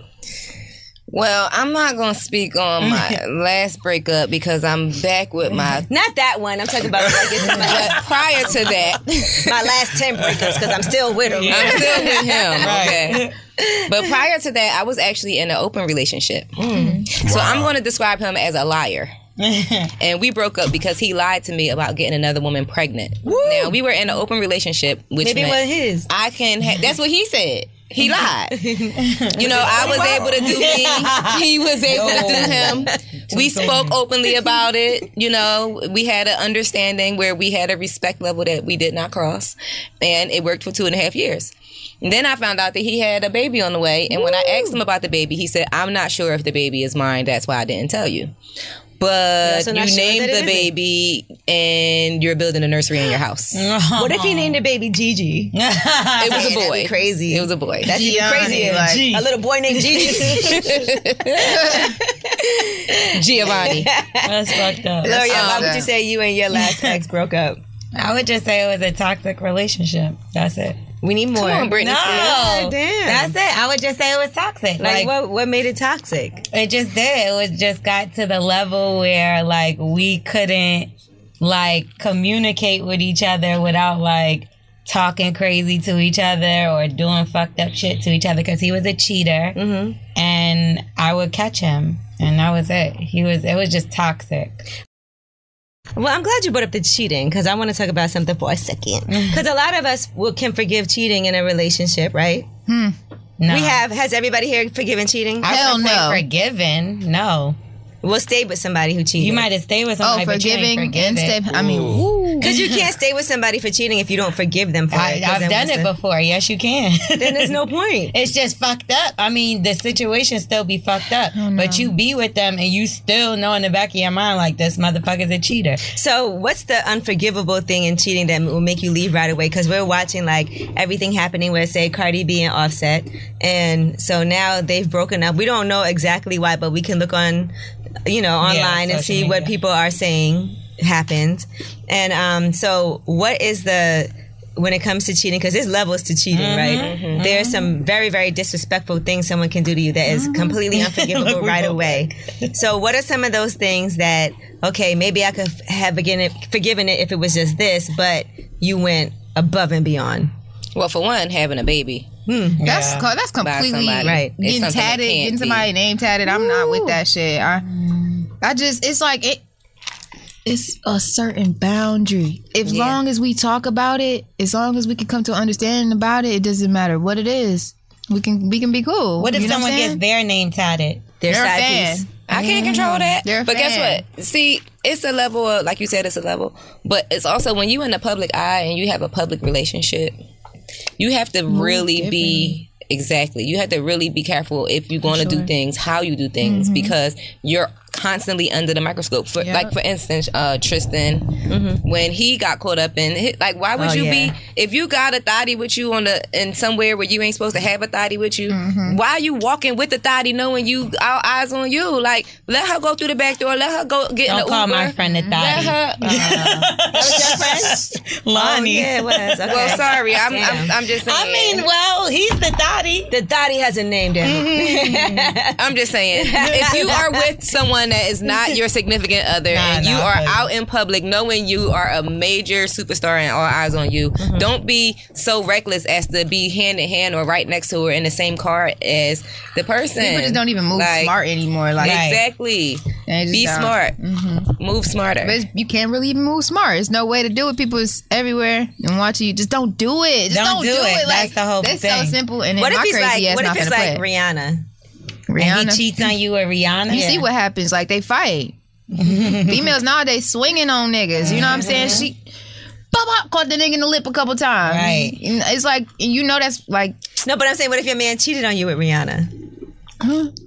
Well, I'm not gonna speak on my last breakup because I'm back with my.
Not that one. I'm talking about like it's somebody else.
But prior to that,
my last ten breakups because I'm still with him.
I'm still with him. Okay. But prior to that, I was actually in an open relationship. So I'm going to describe him as a liar. and we broke up because he lied to me about getting another woman pregnant. Now we were in an open relationship, which
Maybe it
meant
was his.
I can. Ha- that's what he said. He lied. You know, I was able to do me. He was able to do him. We spoke openly about it. You know, we had an understanding where we had a respect level that we did not cross, and it worked for two and a half years. And then I found out that he had a baby on the way, and when I asked him about the baby, he said, "I'm not sure if the baby is mine. That's why I didn't tell you." But
also
you
not sure
named
that it
the
isn't.
baby, and you're building a nursery in your house.
Mm.
it
Uh-huh.
What if he named the baby Gigi?
was a
That'd be
boy.
crazy.
It was a boy.
That's even
Gianni,
crazier. a
like-
little boy named Gigi.
Giovanni.
That's fucked up.
Gloria, why
awesome.
would you say you and your last ex broke up?
I would just say it was a toxic relationship. That's it.
We need more. Oh,
Come on, Britney
No,
Spears.
damn.
that's it. I would just say it was toxic.
like,
Like,
what, what made it toxic?
it just did. It was just got to the level where like we couldn't like communicate with each other without like talking crazy to each other or doing fucked up shit to each other because he was a cheater mm-hmm. and I would catch him and that was it. He was it was just toxic.
Well, I'm glad you brought up the cheating because I want to talk about something for a second. Because a lot of us will, can forgive cheating in a relationship, right?
No,
We have. Has everybody here forgiven cheating?
I
Hell
wouldn't say
no.
forgiven. No,
We'll stay with somebody who cheated.
you might have stayed with
Oh,
somebody. but you ain't
forgiving and
forgiven.
stay. I mean, woo.
because you can't stay with somebody for cheating if you don't forgive them for
I,
it. 'cause
I've
then
done
what's
it
the-
before. Yes, you can.
Then there's no point.
It's just fucked up. I mean, the situation still be fucked up,
Oh,
but you be with them and you still know in the back of your mind like this motherfucker's a cheater.
So, what's the unforgivable thing in cheating that will make you leave right away? Because we're watching like everything happening where, say, Cardi B and Offset, and so now they've broken up. We don't know exactly why, but we can look on, you know, online
Yeah,
and
social
see what
media.
people are saying happened. And um, so, what is the when it comes to cheating? Because there's levels to cheating, right? There's some very, very disrespectful things someone can do to you that is completely unforgivable right away. so, what are some of those things that okay, maybe I could f- have again it, forgiven it if it was just this, but you went above and beyond.
Well, for one, having a baby.
That's co- that's completely
somebody.
Right.
It's something
Getting
that
tatted,
can't
getting somebody name tatted. I'm not with that shit. I, I just it's like it. It's a certain boundary. As long as we talk about it, as long as we can come to an understanding about it, it doesn't matter what it is. We can we can be cool.
What if
You know
someone
I'm
gets
saying?
their name tatted?
Their
They're a
side
fan.
piece.
I can't control that.
Mm-hmm. They're a
but guess
fan.
what? See, it's a level of, like you said, it's a level. But it's also when you in the public eye and you have a public relationship, you have to really be exactly. You have to really be careful if you're going to do things, how you do things,
Mm-hmm.
because you're constantly under the microscope. For like for instance, uh, Tristan,
Mm-hmm.
when he got caught up in, hi- like, why
Oh,
would you be if you got a thotty with you on the in somewhere where you ain't supposed to have a thotty with you?
Mm-hmm.
Why are you walking with the thotty knowing you our eyes on you? Like, let her go through the back door. Let her go get in
Don't
the
call
Uber.
my friend a
Mm-hmm.
Let
Oh,
thotty.
Uh,
her.
Lonnie.
Oh, Yeah, it was. Okay.
well, sorry, I'm, I'm I'm just saying.
I mean, well, he's the thotty.
The Dottie has a name, damn it.
I'm just saying, if you are with someone that is not your significant other and you
nah,
are
baby.
out in public knowing you are a major superstar and all eyes on you,
Mm-hmm.
don't be so reckless as to be hand in hand or right next to or in the same car as the person.
People just don't even move
Like,
smart anymore. Like
Exactly.
They just
Be
don't. Mm-hmm.
smart. Move smarter.
But you can't really even move smart. There's no way to do it. People is everywhere and watching you. Just don't do it. Just
Don't
don't,
do it. That's
Like,
the whole
that's
thing.
so simple. And then
What if
my
he's
crazy
like?
ass
What
not
if it's
gonna
like
play.
Rihanna?
He
Rihanna.
cheats on you with Rihanna.
You see what happens. Like they fight. Females nowadays swinging on niggas. You know what I'm saying? She bop, bop, caught the nigga in the lip a couple times.
Right.
And It's like and you know that's like
No, but I'm saying, what if your man cheated on you with Rihanna?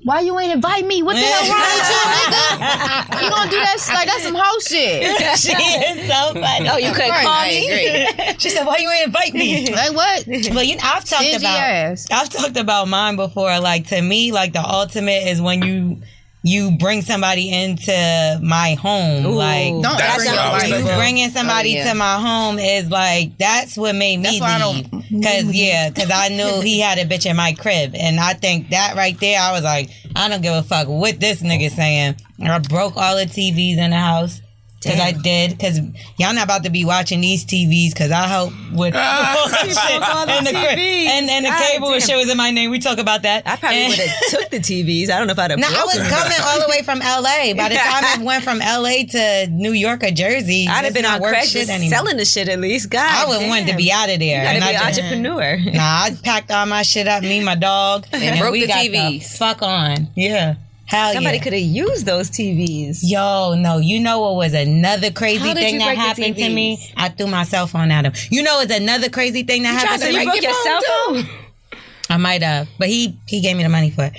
why you ain't invite me? What the hell wrong with you, nigga? You gonna do that? Like that's some hoe shit.
she is so funny. Oh, you could
Right.
call
I agree.
me. She said, "Why you ain't invite me?"
Like what?
But you know, I've talked
Stingy
about
ass.
I've talked about mine before. Like to me, like the ultimate is when you you bring somebody into my home. like
Don't ever
That's what I was
invite
you
thinking.
bringing somebody
Oh, yeah.
to my home is like that's what made me
That's why I
leave. Cause yeah, cause I knew he had a bitch in my crib, and I think that right there, I was like, I don't give a fuck what this nigga saying. And I broke all the TVs in the house. Cause I did. Cause y'all not about to be watching these TVs. Cause I help with all that shit. and the cri- and and the cable and shit was in my name. We talk about that.
I probably
And-
would have took the TVs. I don't know if I'd have.
No, I
broke
was
them.
coming all the way from LA. By the time I went from LA to New York or Jersey,
I'd have
it's
been
not
on
worth
Craigslist
shit anymore.
selling the shit at least. God,
I would want to be out of there.
You gotta
and
be an
I just-
entrepreneur.
Nah, I packed all my shit up, me, my dog, and then
broke
we
the
got
TVs.
The fuck on, yeah. Hell
Somebody
yeah.
could have used those TVs.
Yo, no, you know what was another crazy
How did
thing
you
that
break the
happened to
TVs?
me? I threw my cell phone at him. You know, it's another crazy thing that happened to me.
broke your cell phone.
I might have, but he he gave me the money for it.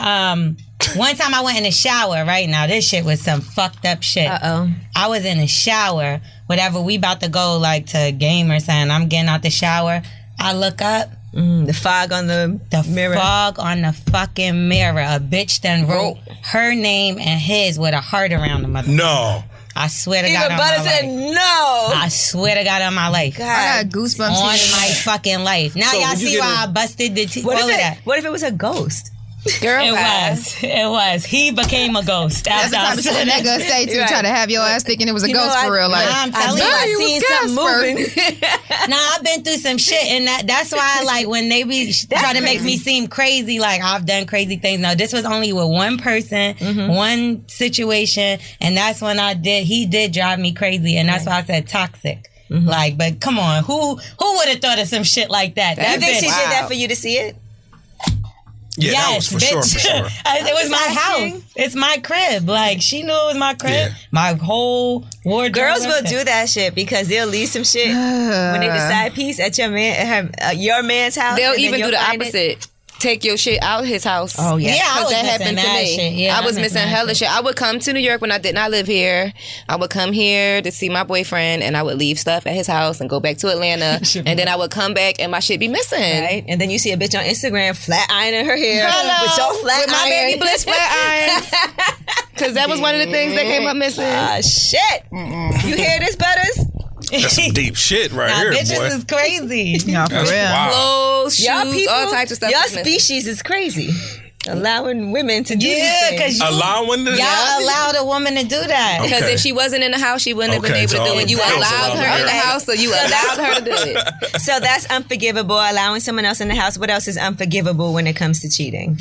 um, one time I went in the shower. Right now, this shit was some fucked up shit. Uh
oh.
I was in the shower. Whatever, we about to go like to a game or something. I'm getting out the shower. I look up.
Mm,
The fog on the,
The
mirror.
fog on the fucking mirror. A bitch done wrote her name and his with a heart around the mother.
No.
I swear to God.
Even
on
Butter
my
said
life.
no.
I swear to God on my life.
I got goosebumps.
On
thinking-
my fucking life. Now
So
y'all
when you
see
get a-
why I busted the t- all
What if
of
it?
that.
What if it was a ghost?
Girl,
It
bye.
was. It was. He became a ghost.
That's the type of shit that gonna say to try to have your ass thinking it was a
know,
ghost
I-
for real. Like,
I'm telling you,
bet
I
you was
seen something
Casper.
moving. Nah, I've been through some shit, and that, that's why, like, when they be trying to make me seem crazy, like I've done crazy things. No, this was only with one person, one situation, and that's when I did. He did drive me crazy, and that's why I said toxic. Like, but come on, who who would have thought of some shit like that? That
You think
bitch-
she did that for you to see it?
Yeah, that was
Yes,
for
bitch.
sure, for sure.
I- it was my house. It's my crib. Like she knew it was my crib.
Yeah.
My whole wardrobe.
Girls will
everything.
do that shit because they'll leave some shit when they decide piece at your man, her, uh, your man's house.
They'll
and then
even
you'll
do the
find it.
opposite. Take your shit out his house.
Oh, yeah. Yeah, I
'Cause
was
that
missing
happened to
that
me.
shit. Yeah,
I was missing
that
hella shit. I would come to New York when I did not live here. I would come here to see my boyfriend, and I would leave stuff at his house and go back to Atlanta, and then I would come back and my shit be missing.
Right? And then you see a bitch on Instagram flat ironing her hair with your flat
With my
iron.
baby bliss flat irons. Cause that was one of the things that came up missing.
Ah, shit. You hear this, Butters?
That's some deep shit right
Nah,
here,
bitches
boy.
is crazy.
No, for
That's
real.
wild.
Clothes, shoes,
Y'all people,
all types of stuff.
Y'all
was missing.
species is crazy. Allowing women to do
yeah,
these things.
because you
Allowing the
y'all allowed a woman to do that.
Because
Okay.
if she wasn't in the house, she wouldn't
Okay,
have been
so
able to do it. You
girls
allowed
allowed
her in the
marriage.
house, so you allowed her to do it.
So that's unforgivable. Allowing someone else in the house. What else is unforgivable when it comes to cheating?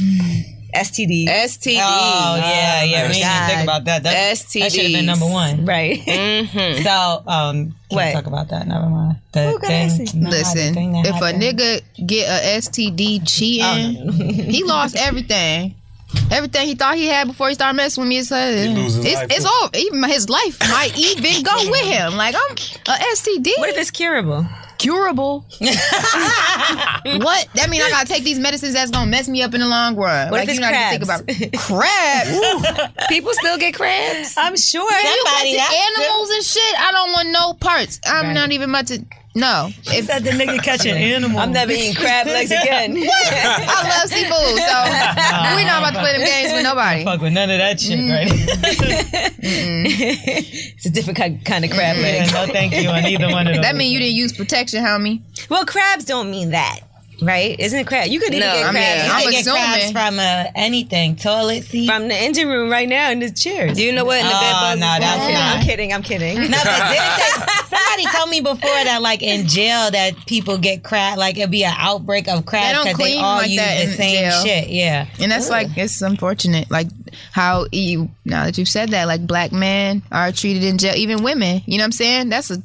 STD.
STD.
Oh yeah, yeah. We didn't
God.
think about that. That, that should have been number one.
right.
So, um, can't
What?
talk about that. Never mind. The
Who got STD?
nah, the
Listen,
thing that
if a
happened.
nigga get a STD
Oh,
cheating, he lost everything. Everything he thought he had before he started messing with me is uh,
lose his
it's,
life,
it's
too.
all even his life might even go with him. Like I'm a STD
What if it's curable?
curable. what that mean? I gotta take these medicines that's gonna mess me up in the long run.
What
like
if it's
you not even
crabs?
think about crabs,
People still get crabs.
I'm sure.
Somebody else-
animals and shit. I don't want no parts. I'm not even about to. No, if
said the nigga catch an animal.
I'm never eating crab legs again.
I love seafood, so we not about to play them games with nobody.
fuck with none of that shit right now.
it's a different ki- kind of crab legs.
no, thank you on either one of those.
That mean you didn't use protection, homie.
Well, crabs don't mean that, right? Isn't crab? You could even
No,
get
I mean,
crabs
I'm
I get crabs
assuming.
from uh, anything, toilet seat.
from the engine room right now in the chairs.
You know what? In the bed
oh
bugs
no,
is-
that's
I'm
not.
kidding. I'm kidding.
No, but this- somebody told me before that, like in jail, that people get crab. Like it'd be an outbreak of crabs
don't
because they
clean
all
like
use
that
the
in
same
jail.
shit. Yeah,
And that's like it's unfortunate, like how you now that you've said that, like black men are treated in jail, even women. You know what I'm saying? That's a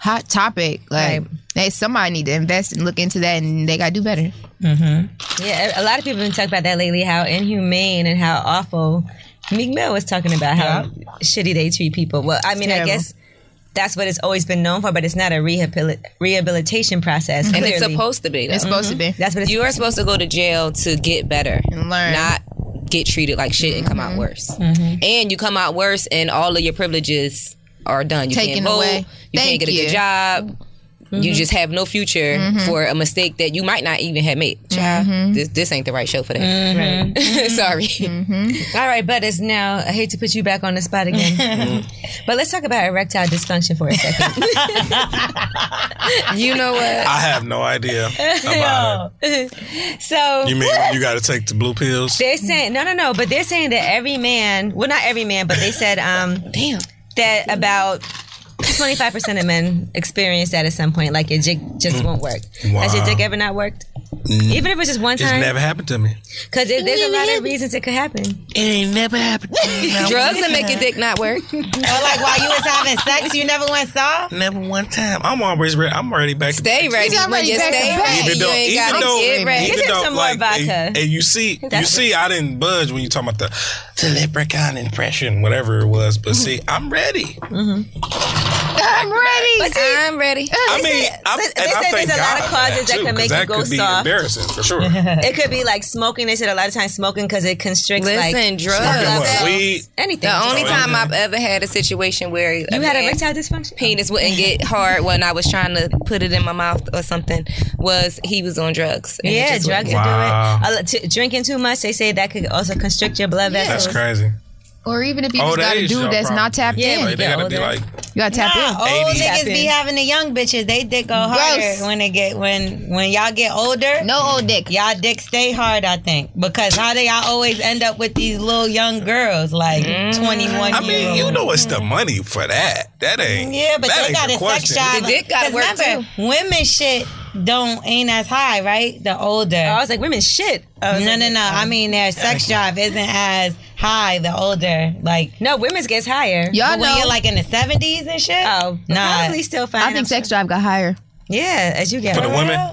hot topic. Like, hey, somebody need to invest and look into that, and they gotta do better.
Yeah, a lot of people have been talking about that lately. How inhumane and how awful. Meek Mill was talking about how shitty they treat people. Well, I mean, I
terrible.
guess that's what it's always been known for, but it's not a rehabil- rehabilitation process.
And it's
clearly.
supposed to be.
It's
though.
supposed to be.
That's what it's.
You are supposed to go to jail to get better
And learn.
not get treated like shit and come out worse. And you come out worse, and all of your privileges are done. You
Taken
can't vote.
away.
You
Thank
can't get a
you.
good job. You just have no future for a mistake that you might not even have made. Child, this, this ain't the right show for that. Sorry.
All right, but it's now. I hate to put you back on the spot again, but let's talk about erectile dysfunction for a second.
You know what?
I have no idea about it.
So
You mean you got to take the blue pills?
they're saying no, no, no, but they're saying that every man, well, not every man, but they said um,
Damn.
that about 25% of men experience that at some point. Like your dick just won't work. Has your
Wow. Mm.
dick ever not worked? Even if it's just one
It's
time,
never happened to me.
because there's a lot of reasons it could happen.
It ain't never happened. To me. Not
Drugs that make your dick not work.
Or like while you was having sex, you never went soft.
Never one time. I'm always ready. I'm already back.
Stay ready. When
already
you
back to
stay
back.
ready, you ain't gotta get ready.
Get him some more vodka.
And, and you see, you see, I didn't budge when you talking about the, the leprechaun impression, whatever it was. But see, I'm ready.
I'm ready.
I'm ready.
uh,
I mean, I'm,
they
and I
said
thank
there's a lot
God
of
for that,
causes that
too,
can
'cause
make
that
you go
could be
soft.
Embarrassing for sure. Smoking
It could be like smoking. They said a lot of times smoking because it constricts like
Listen, drugs.
what,
Love
weed?
anything.
The
Just-
only
Oh,
time
yeah.
I've ever had a situation where you
you had erectile dysfunction.
penis wouldn't get hard when I was trying to put it in my mouth or something was he was on drugs. and it
Yeah,
just wouldn't
drugs
work.
will
Wow.
do it. A lot- t- drinking too much, they say that could also constrict your blood
That's
vessels.
crazy.
Or even if you just
Oh, that
got a
is
dude
y'all
that's not tapped
problem.
in,
Like, they
Yeah,
gotta be
older.
like,
you got to tap in.
Old
80s.
niggas be
Tap in.
having the young bitches. They dick go harder when they get when when y'all get older.
No old dick.
Y'all dick stay hard, I think, because how do y'all always end up with these little young girls like twenty one?
I mean, you know, it's the money for that. That ain't.
Mm,
Yeah, but
that
they
ain't
got
the
a sex
question.
drive.
The dick gotta
'Cause
work,
remember, Women shit don't ain't as high, right? The older.
Oh, I was like, women, shit. I Oh. was
no,
like,
no, no. I mean, their sex drive isn't as high the older. Like,
No, women's gets higher.
Y'all
but when
know.
you're like in the seventies and shit.
Oh,
nah.
probably still fine.
I think sex drive got higher.
Yeah, as you get
For the
older.
women?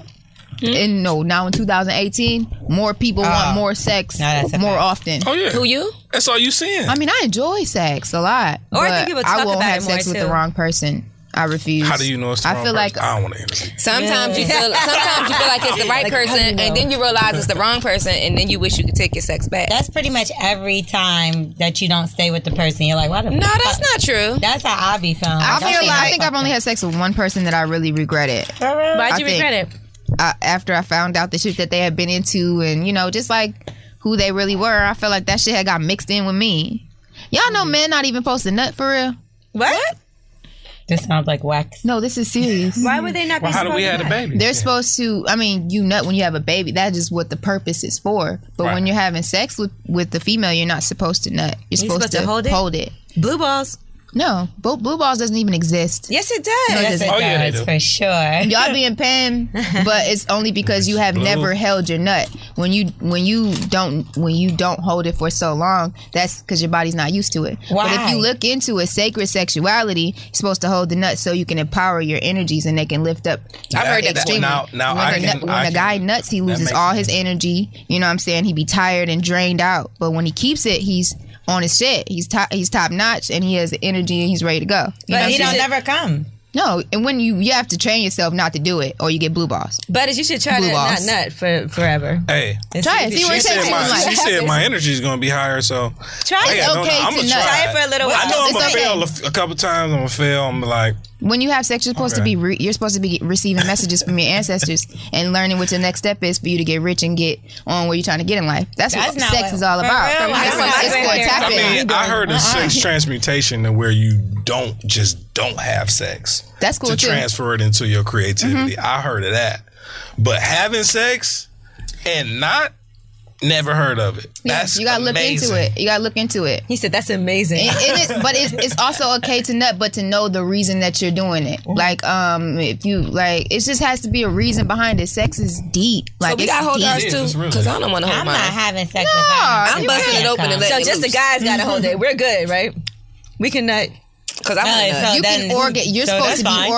And no, now in 2018, more people
Oh.
want more sex
No, that's a
more
fact.
often.
Oh yeah.
Who you?
That's all you seeing.
I mean, I enjoy sex a lot.
Or I
but
think people talk
I won't
about
have
it more,
sex with
too.
the wrong person. I refuse.
How do you know it's the
I
wrong
feel
person?
like
I don't want to interview.
Sometimes you feel sometimes you feel like it's the right person and then you realize it's the wrong person and then you wish you could take your sex back.
That's pretty much every time that you don't stay with the person. You're like, why the
no,
fuck?
that's not true.
That's how I be feeling.
I
That shit
feel like I think
fucked
I've only
up.
had sex with one person that I really regretted.
Why'd you
I think-
regret it?
I, after I found out the shit that they had been into, and you know, just like who they really were, I felt like that shit had got mixed in with me. Y'all
Mm-hmm.
know men not even supposed to nut for real.
What?
This sounds like wax.
No, this is serious.
Why would they not
Well,
be
how do we
supposed
have
to
a
not?
baby?
They're supposed to. I mean, you nut when you have a baby. That is what the purpose is for. But
Right.
when you're having sex with with the female, you're not supposed to nut. You're, supposed,
supposed to
to
hold it?
Hold it.
Blue balls.
No, blue, blue balls doesn't even exist.
Yes, it does.
No, it
Yes, it
doesn't.
Oh, yeah, they
does,
do.
for sure.
Y'all being pam, but it's only because you have
Blue.
never held your nut. When you when you don't when you don't hold it for so long, that's because your body's not used to it. But
Why?
if you look into it, sacred sexuality, you're supposed to hold the nut so you can empower your energies and they can lift up.
I've heard that
extremely.
before. Now- now
when
I
a
can-
nut- when
I
a
can-
guy nuts, he loses
makes
all his energy. You know what I'm saying? He be tired and drained out. But when he keeps it, he's on his shit. He's top, he's top notch, and he has the energy, and he's ready to go. You know what
But
I'm
he
saying?
don't never come.
No, and when you you have to train yourself not to do it, or you get blue balls.
But as you should try
Blue
to
balls.
not nut for forever.
Hey,
Try it, see where it takes
she said
you.
my
Like,
she said my energy is gonna be higher, so
Try
I
it.
got no-
Okay
I'ma
to
try
nut.
Try it for a little
I know
while.
I'm gonna
It's okay.
fail a f- a, couple times. I'm gonna fail. I'm like,
when you have sex, you're supposed to
Okay.
be re- you're supposed to be receiving messages from your ancestors and learning what your next step is for you to get rich and get on where you're trying to get in life. That's,
That's
what
not
sex
what-
is all
for
about.
real?
It's
That's what
for-
my
it's for
grandparents
tapping.
I mean, I
Uh-uh.
heard of
Uh-uh.
sex transmutation to where you don't just don't have sex.
That's cool,
to
too. Mm-hmm.
transfer it into your creativity. I heard of that, but having sex and not never heard of it. That's
you gotta look
amazing.
into it. You gotta look into it.
He said, that's amazing.
It- it is, but it's, it's also okay to nut, but to know the reason that you're doing it. Like, um, if you like, it just has to be a reason behind it. Sex is deep. Like,
So we
it's
gotta hold
deep.
ours
is,
too,
it's really-
because I don't want to hold
I'm not
mine.
having sex. if I don't
I'm
come.
busting it open and let-
So
Let it
just the
loose.
guys got to hold it. We're good, right? We can nut.
Because I
No,
want
so
to.
you
then
can
who-
orga- You're
so
supposed to be
that's fine.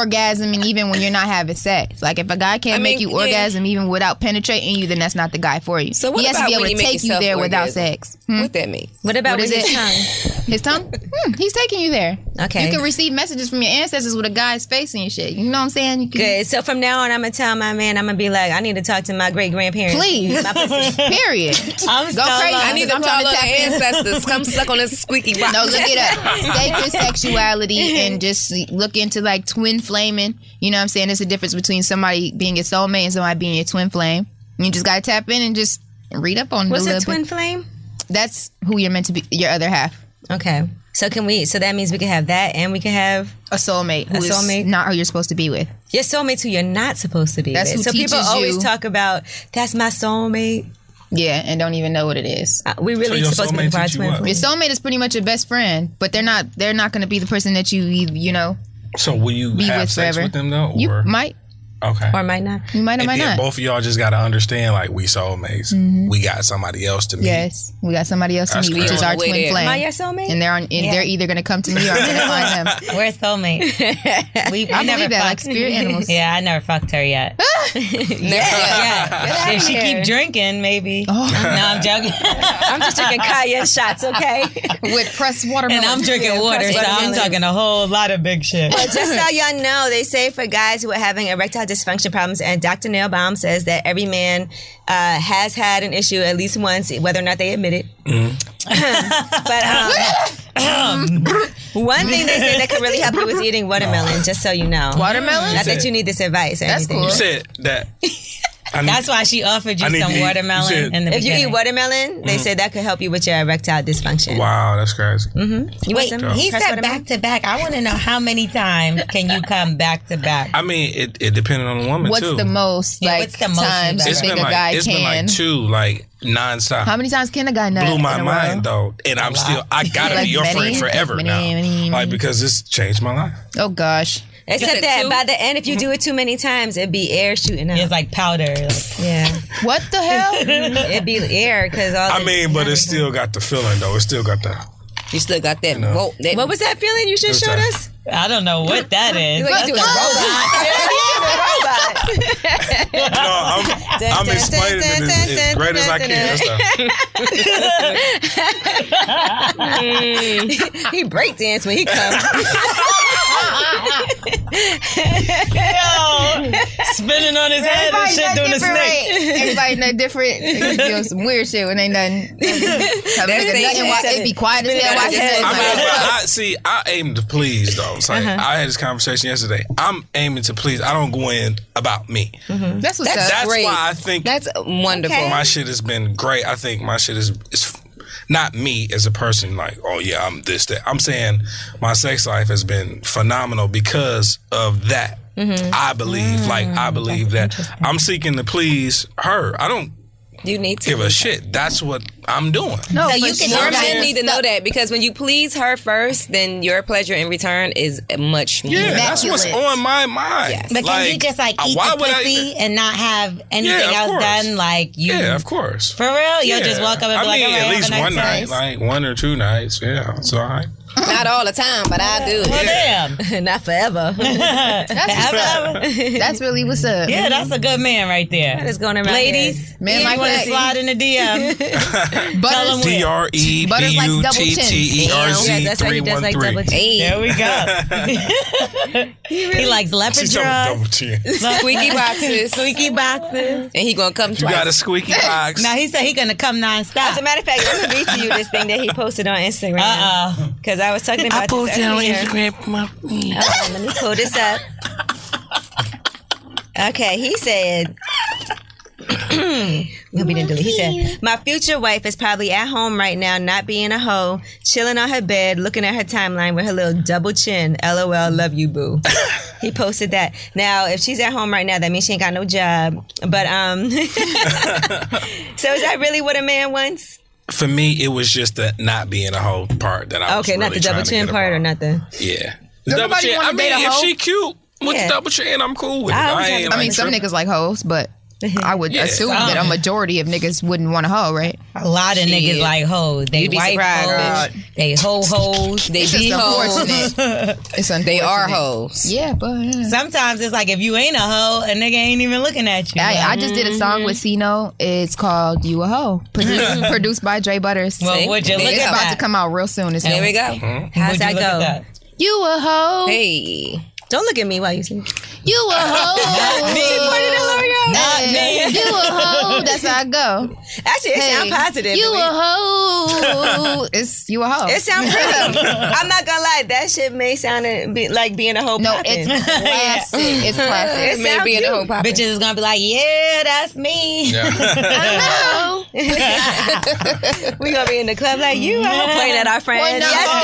orgasming even when you're not having sex. Like if a guy can't
I
make
mean,
you
yeah.
orgasm even without penetrating you, then that's not the guy for you.
So what
he has to
about
be able
when
to
you make
take you
yourself
there without
orgasm?
sex.
What that mean?
What about
What
with
is
his
it?
tongue?
His tongue, hmm, he's taking you there.
Okay.
you can receive messages from your ancestors with a guy's face and shit. You know what I'm saying? You can,
Good. So from now on, I'm gonna tell my man. I'm gonna be like, I need to talk to my great grandparents.
Please, period.
I'm so
Go crazy.
lost.
I need to
I'm
call
trying to
our
tap in.
ancestors. Come suck on this squeaky rock.
No, look it up. Sacred sexuality and just look into like twin flaming. You know what I'm saying? There's a difference between somebody being your soulmate and somebody being your twin flame. You just gotta tap in and just read up on it
What's
a
a
little
twin
bit.
flame?
That's who you're meant to be, your other half.
Okay. So can we? So that means we can have that, and we can have
A soulmate. who
A
is
soulmate.
Not who you're supposed to be with.
your soulmate who you're not supposed to be.
That's
with.
who
so people
teaches
always
you.
talk about that's my soulmate.
Yeah, and don't even know what it is.
Uh, we really
your
supposed to be the
soulmate
bar
teach you
twin.
what?
flame.
Your soulmate is pretty much your best friend, but they're not. They're not going to be the person that you you you know
So will you
be
have
with
sex
forever.
with them though?
you
or
might.
okay.
Or might not.
You might or
and
might
then
not. Mm-hmm.
both of y'all just gotta understand like we soulmates. We got somebody else to meet.
Yes, we got somebody else to
That's
meet, which
crazy.
is our
On the way
twin
there.
flame.
Am I your soulmate?
and they're on. And they're either going to come to me or I'm going to find them.
We're soulmate. We, we
I
never
believe that, like
fucked.
spirit animals.
yeah, I never fucked her yet.
Get
if
outta
she
here.
keep drinking, maybe.
Oh.
No, I'm joking.
I'm just drinking cayenne shots, okay?
with pressed watermelon,
and I'm drinking water, so I'm talking a whole lot of big shit.
But just so y'all know, they say for guys who are having erectile dysfunction problems, and Dr. Nailbaum says that every man uh, has had an issue at least once, whether or not they admit it. but um, one thing they say that could really help you is eating watermelon, just so you know.
watermelon.
Not that you need this advice or
That's
anything.
cool.
You said that. I need-
That's why she offered you
I need
some
to eat.
watermelon
You said-
in the
If you
beginning.
eat watermelon, they say that could help you with your erectile dysfunction.
Wow, that's crazy.
Mm-hmm.
You want
Wait,
some
he
pressed
said
watermelon?
back to back. I want to know how many times can you come back to back?
I mean, it, it depended on the woman
What's
too.
the most
Yeah,
like
what's the most you've
times
ever-
you
It's
think
been
a guy
like it's been
can?
like two, like
How
nonstop.
many times can a guy nut?
Blew my
in a row?
mind though, and I'm still I gotta
Like
be your
many,
friend forever
many,
now,
many,
like because this changed my life.
Oh gosh,
They said
said
that
two?
by the end, if you do it too many times, it'd be air shooting out.
It's like powder. Like,
Yeah,
what the hell?
it'd be air because all.
I
the-
mean, but it still got the feeling though. It still got the.
You still got that. Well, that
What was that feeling you just
It was
showed
a-
us?
I don't know what that is. That's
doing
a
Oh, Robot.
No, I'm, I'm explaining it as, as great as I can. That's the-
he breakdance when he comes.
Yo, spinning on his head and shit doing a snake.
Everybody nut different. They do some weird shit when they nothing. It be quiet as hell. Why he said
I mean,
like, Uh-huh.
but I see. I aim to please though. It's like I had this conversation yesterday. I'm aiming to please. I don't go in about me.
That's what's up.
That's
great.
why I think
That's wonderful.
my shit has been great. I think my shit is, is not me as a person. Like, oh yeah, I'm this that. I'm saying my sex life has been phenomenal because of that. I believe, like, I believe that I'm seeking to please her. I don't
You need to.
give a shit. That's what I'm doing.
So
No, for
you can
sure.
your
Guys,
men need to know
stop.
that because when you please her first, then your pleasure in return is much more.
Yeah, that's what's
Immaculate.
on my mind.
But can you just like
uh,
eat
why
the
would I
pussy
even-
and not have anything
of
else
course.
done? Like you,
yeah, of course.
for real, you'll just
Yeah.
walk up and be
I
like,
mean,
"All right,
at least
have a nice
one
night."
night, like one or two nights. Yeah, it's all right.
Not all the time, but I do.
Well, damn,
Not forever.
That's what's up. That's really what's up.
yeah, that's a good man right there.
It's going around.
Ladies,
Man
you
like
want to
that.
slide in the DM?
Butters-
tell 'em
D R E B
Butters
U
likes double
T
chin.
T E R
Yes,
Z
that's why
three
he does
one
like double
three.
chin.
there we go. he, likes leopard
She told me double
drugs,
chin.
Squeaky boxes,
squeaky boxes.
and he gonna come
You got a
twice.
squeaky box.
Now he said he gonna come
As a
nonstop.
matter of fact, I'm gonna read to you this thing that he posted on Instagram. Uh uh Because I was talking about this earlier. Hold on, let me pull this up. Okay, he said. Hope he didn't delete. He said, "My future wife is probably at home right now, not being a hoe, chilling on her bed, looking at her timeline with her little double chin. LOL, love you, boo." he posted that. Now, if she's at home right now, that means she ain't got no job. But um, so is that really what a man wants?
For me, it was just the not being a whole part that I was
Okay, not
really
the double
trying to
chin
get
part or
about.
nothing.
Yeah, double
nobody
chin.
wanna
I
date a
mean, if
hoe.
she cute with
Yeah.
the double chin, I'm cool with it.
I
I,
always have
ain't.
to-
I
like,
mean, some
tripping.
niggas like hoes, but I would
Yeah,
assume
some.
that a majority of niggas wouldn't want a hoe, right?
A lot of niggas like hoes. They
You'd be
white
surprised,
hoes. They ho hoes. They
They
It's
be hoes.
unfortunate. It's unfortunate.
They are hoes.
Yeah, but yeah.
Sometimes it's like if you ain't a hoe, a nigga ain't even looking at you.
I, I just did a song with Sino. It's called "You a Hoe," produced, produced by Dre Butters.
well, would you
They
look
it's
at
about
that?
to come out real soon. It's
There we
like,
go.
How's that go?
You a hoe?
Hey,
Don't look at me while you sleep.
You a hoe? Hey, you a hoe? That's how I go.
Actually, it sounds positive.
You
but
a
we-
hoe? It's you a hoe.
It sounds pretty. I'm not gonna lie. That shit may sound a- be, like being a whole
no.
poppin'.
It's classic. It's
It
classic.
sound
maybe in a
cute.
whole poppin'.
Bitches is gonna be like, yeah, that's me.
We gonna be in the club like you are pointing at our friends.
Pointing at
yes,
our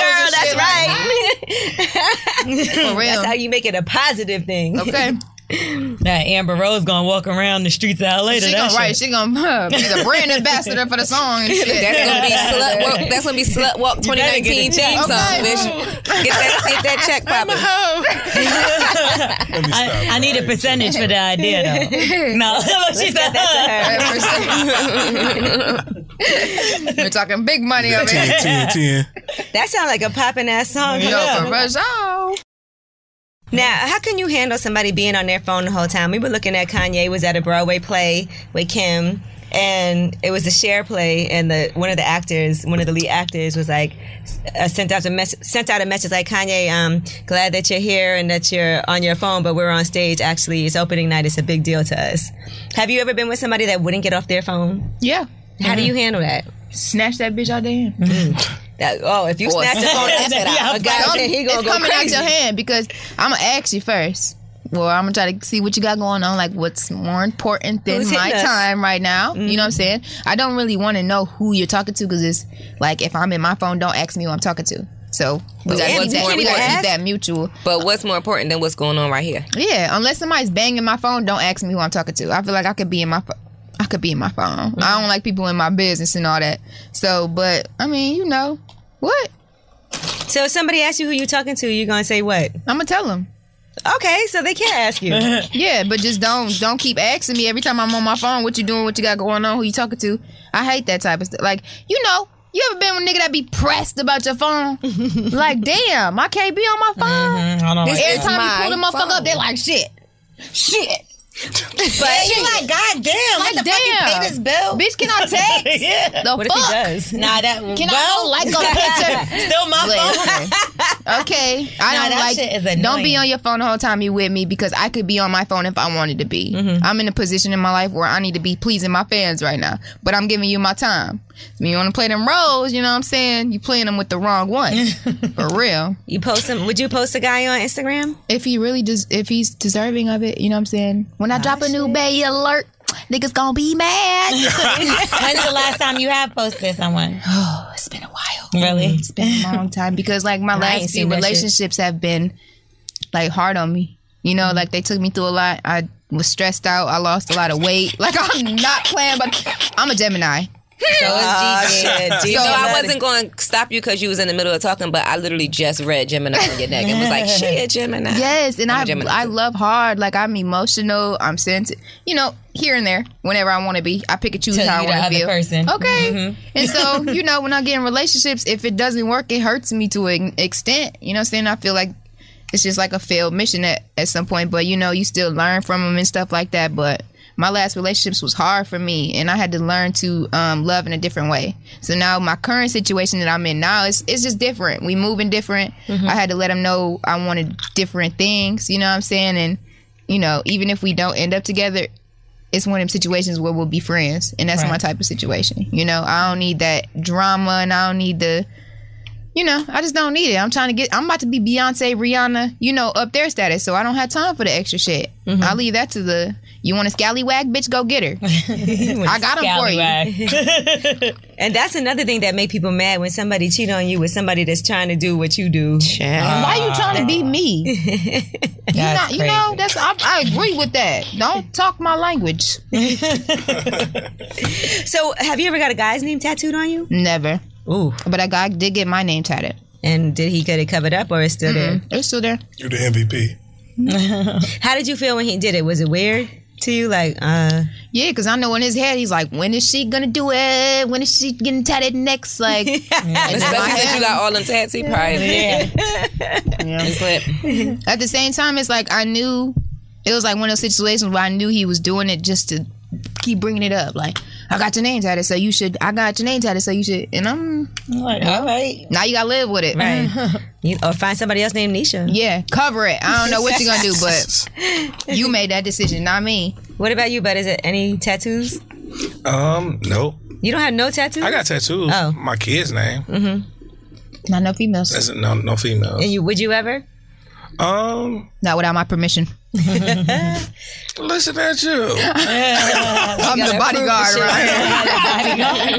girl,
friends and
that's
shit
right.
For real.
that's how you make it a positive thing.
Okay.
That Amber Rose gonna walk around the streets of LA to
She
that
gonna
shit.
write. She gonna uh, be the brand ambassador for the song and shit.
That's gonna be slut walk. That's gonna be slut walk
better
2019
get a
theme
check.
song.
Okay.
bitch. Get that, get that check popping.
Oh.
Let me stop.
I, I need a percentage for the idea though. No, look, she said that
We're talking big money over here.
10, 10.
That sounds like a popping ass song.
Yo, Virgil.
Now, how can you handle somebody being on their phone the whole time? We were looking at Kanye was at a Broadway play with Kim, and it was a share play, and the one of the actors, one of the lead actors, was like uh, sent out a mess- sent out a message like Kanye, um, glad that you're here and that you're on your phone, but we're on stage. Actually, it's opening night. It's a big deal to us. Have you ever been with somebody that wouldn't get off their phone?
Yeah.
How
Mm-hmm.
do you handle that?
Snatch that bitch out there.
That- oh, if you snatch the phone, that's it.
Yeah,
A guy
Don't-
said he gonna
it's
go
coming
crazy.
out your hand because I'm gonna ask you first. Well, I'm gonna try to see what you got going on, like what's more important than
Who's
my
hitting us? Mm-hmm.
time right now. You know what I'm saying? I don't really want to know who you're talking to because it's like if I'm in my phone, don't ask me who I'm talking to. So we gotta
what's
keep that,
more
we gotta keep
important?
that mutual.
But what's more important than what's going on right here?
Yeah, unless somebody's banging my phone, don't ask me who I'm talking to. I feel like I could be in my phone. I could be in my phone. I
Mm-hmm.
don't like people in my business and all that. So, but I mean, you know what?
So if somebody asks you who you talking to, you're gonna say what?
I'm gonna tell them.
Okay, so they can't ask you.
Yeah, but just don't don't keep asking me every time I'm on my phone what you doing, what you got going on, who you talking to. I hate that type of stuff. Like, you know, you ever been with a nigga that be pressed about your phone? like, damn, I can't be on my phone.
Mm, I don't like
Every
is
time you pull the
my
motherfucker up,
phone.
they like shit. Shit.
But you like, God damn,
Like, damn.
bill.
Bitch, can I text?
yeah.
The
What
fuck?
if he does? Nah, that
Can
well,
I go like a picture?
still my phone.
okay. I
Nah,
don't
that
like.
shit is
don't be
annoying.
on your phone the whole time you with me because I could be on my phone if I wanted to be.
Mm-hmm.
I'm in a position in my life where I need to be pleasing my fans right now, but I'm giving you my time. When you want to play them roles, you know what I'm saying? You playing them with the wrong one, for real.
You post him? Would you post a guy on Instagram?
If he really does, if he's deserving of it, you know what I'm saying? When I drop a new Bay alert, niggas gonna be mad.
When's the last time you have posted someone?
oh, it's been a while.
Really?
It's been a long time because like my
ain't
last few
seen that shit.
relationships have been like hard on me. You know, like they took me through a lot. I was stressed out. I lost a lot of weight. Like I'm not playing, but I'm a Gemini.
So it's Gigi. So I
Gigi.
wasn't going to stop you because you was in the middle of talking, but I literally just read Gemini on your neck and was like, she a Gemini.
Yes, and
I'm a
I
Gemini,
I
too.
love hard. Like I'm emotional. I'm sensitive. You know, here and there, whenever I want to be, I pick and choose
Till
how I
you the
want to
other
feel.
person. Mm-hmm.
Okay, and so you know, when I get in relationships, if it doesn't work, it hurts me to an extent. You know, what I'm saying I feel like it's just like a failed mission at at some point. But you know, you still learn from them and stuff like that. But my last relationships was hard for me, and I had to learn to um, love in a different way. So now my current situation that I'm in now, it's it's just different. We moving different.
Mm-hmm.
I had to let them know I wanted different things. You know what I'm saying? And you know, even if we don't end up together, it's one of them situations where we'll be friends, and that's my type of situation. You know, I don't need that drama, and I don't need the you know, I just don't need it. I'm trying to get. I'm about to be Beyonce, Rihanna, you know, up their status. So I don't have time for the extra shit.
Mm-hmm.
I leave that to the. You want a scallywag, bitch? Go get her. I got him for you.
Scallywag.
And that's another thing that make people mad when somebody cheat on you with somebody that's trying to do what you do.
Why you trying to be me? you
That's
not, you know, that's I, I agree with that. Don't talk my language.
So, have you ever got a guy's name tattooed on you?
Never.
Ooh.
But a guy did get my name tatted.
And did he get it covered up or is still there?
It's still there.
You're the MVP.
How did you feel when he did it? Was it weird to you? Like, uh,
Yeah, because I know in his head he's like, when is she gonna do it? When is she getting tatted next? Like, mm,
Especially since you got all them tats, he probably It's lit.
at the same time, it's like I knew it was like one of those situations where I knew he was doing it just to keep bringing it up. Like, I got your name tatted, so you should. I got your name tatted, so you should. And I'm
I'm like, all right.
now you gotta live with it.
you, or find somebody else named Nisha?
Yeah, cover it. I don't know what you're gonna do, but you made that decision, not me.
What about you, bud? Is it any tattoos?
Um, nope.
You don't have no tattoos?
I got tattoos.
Oh.
My kid's name.
Not no females.
That's no no females.
and you, would you ever?
Um,
Not without my permission.
listen at you.
I'm the bodyguard, right?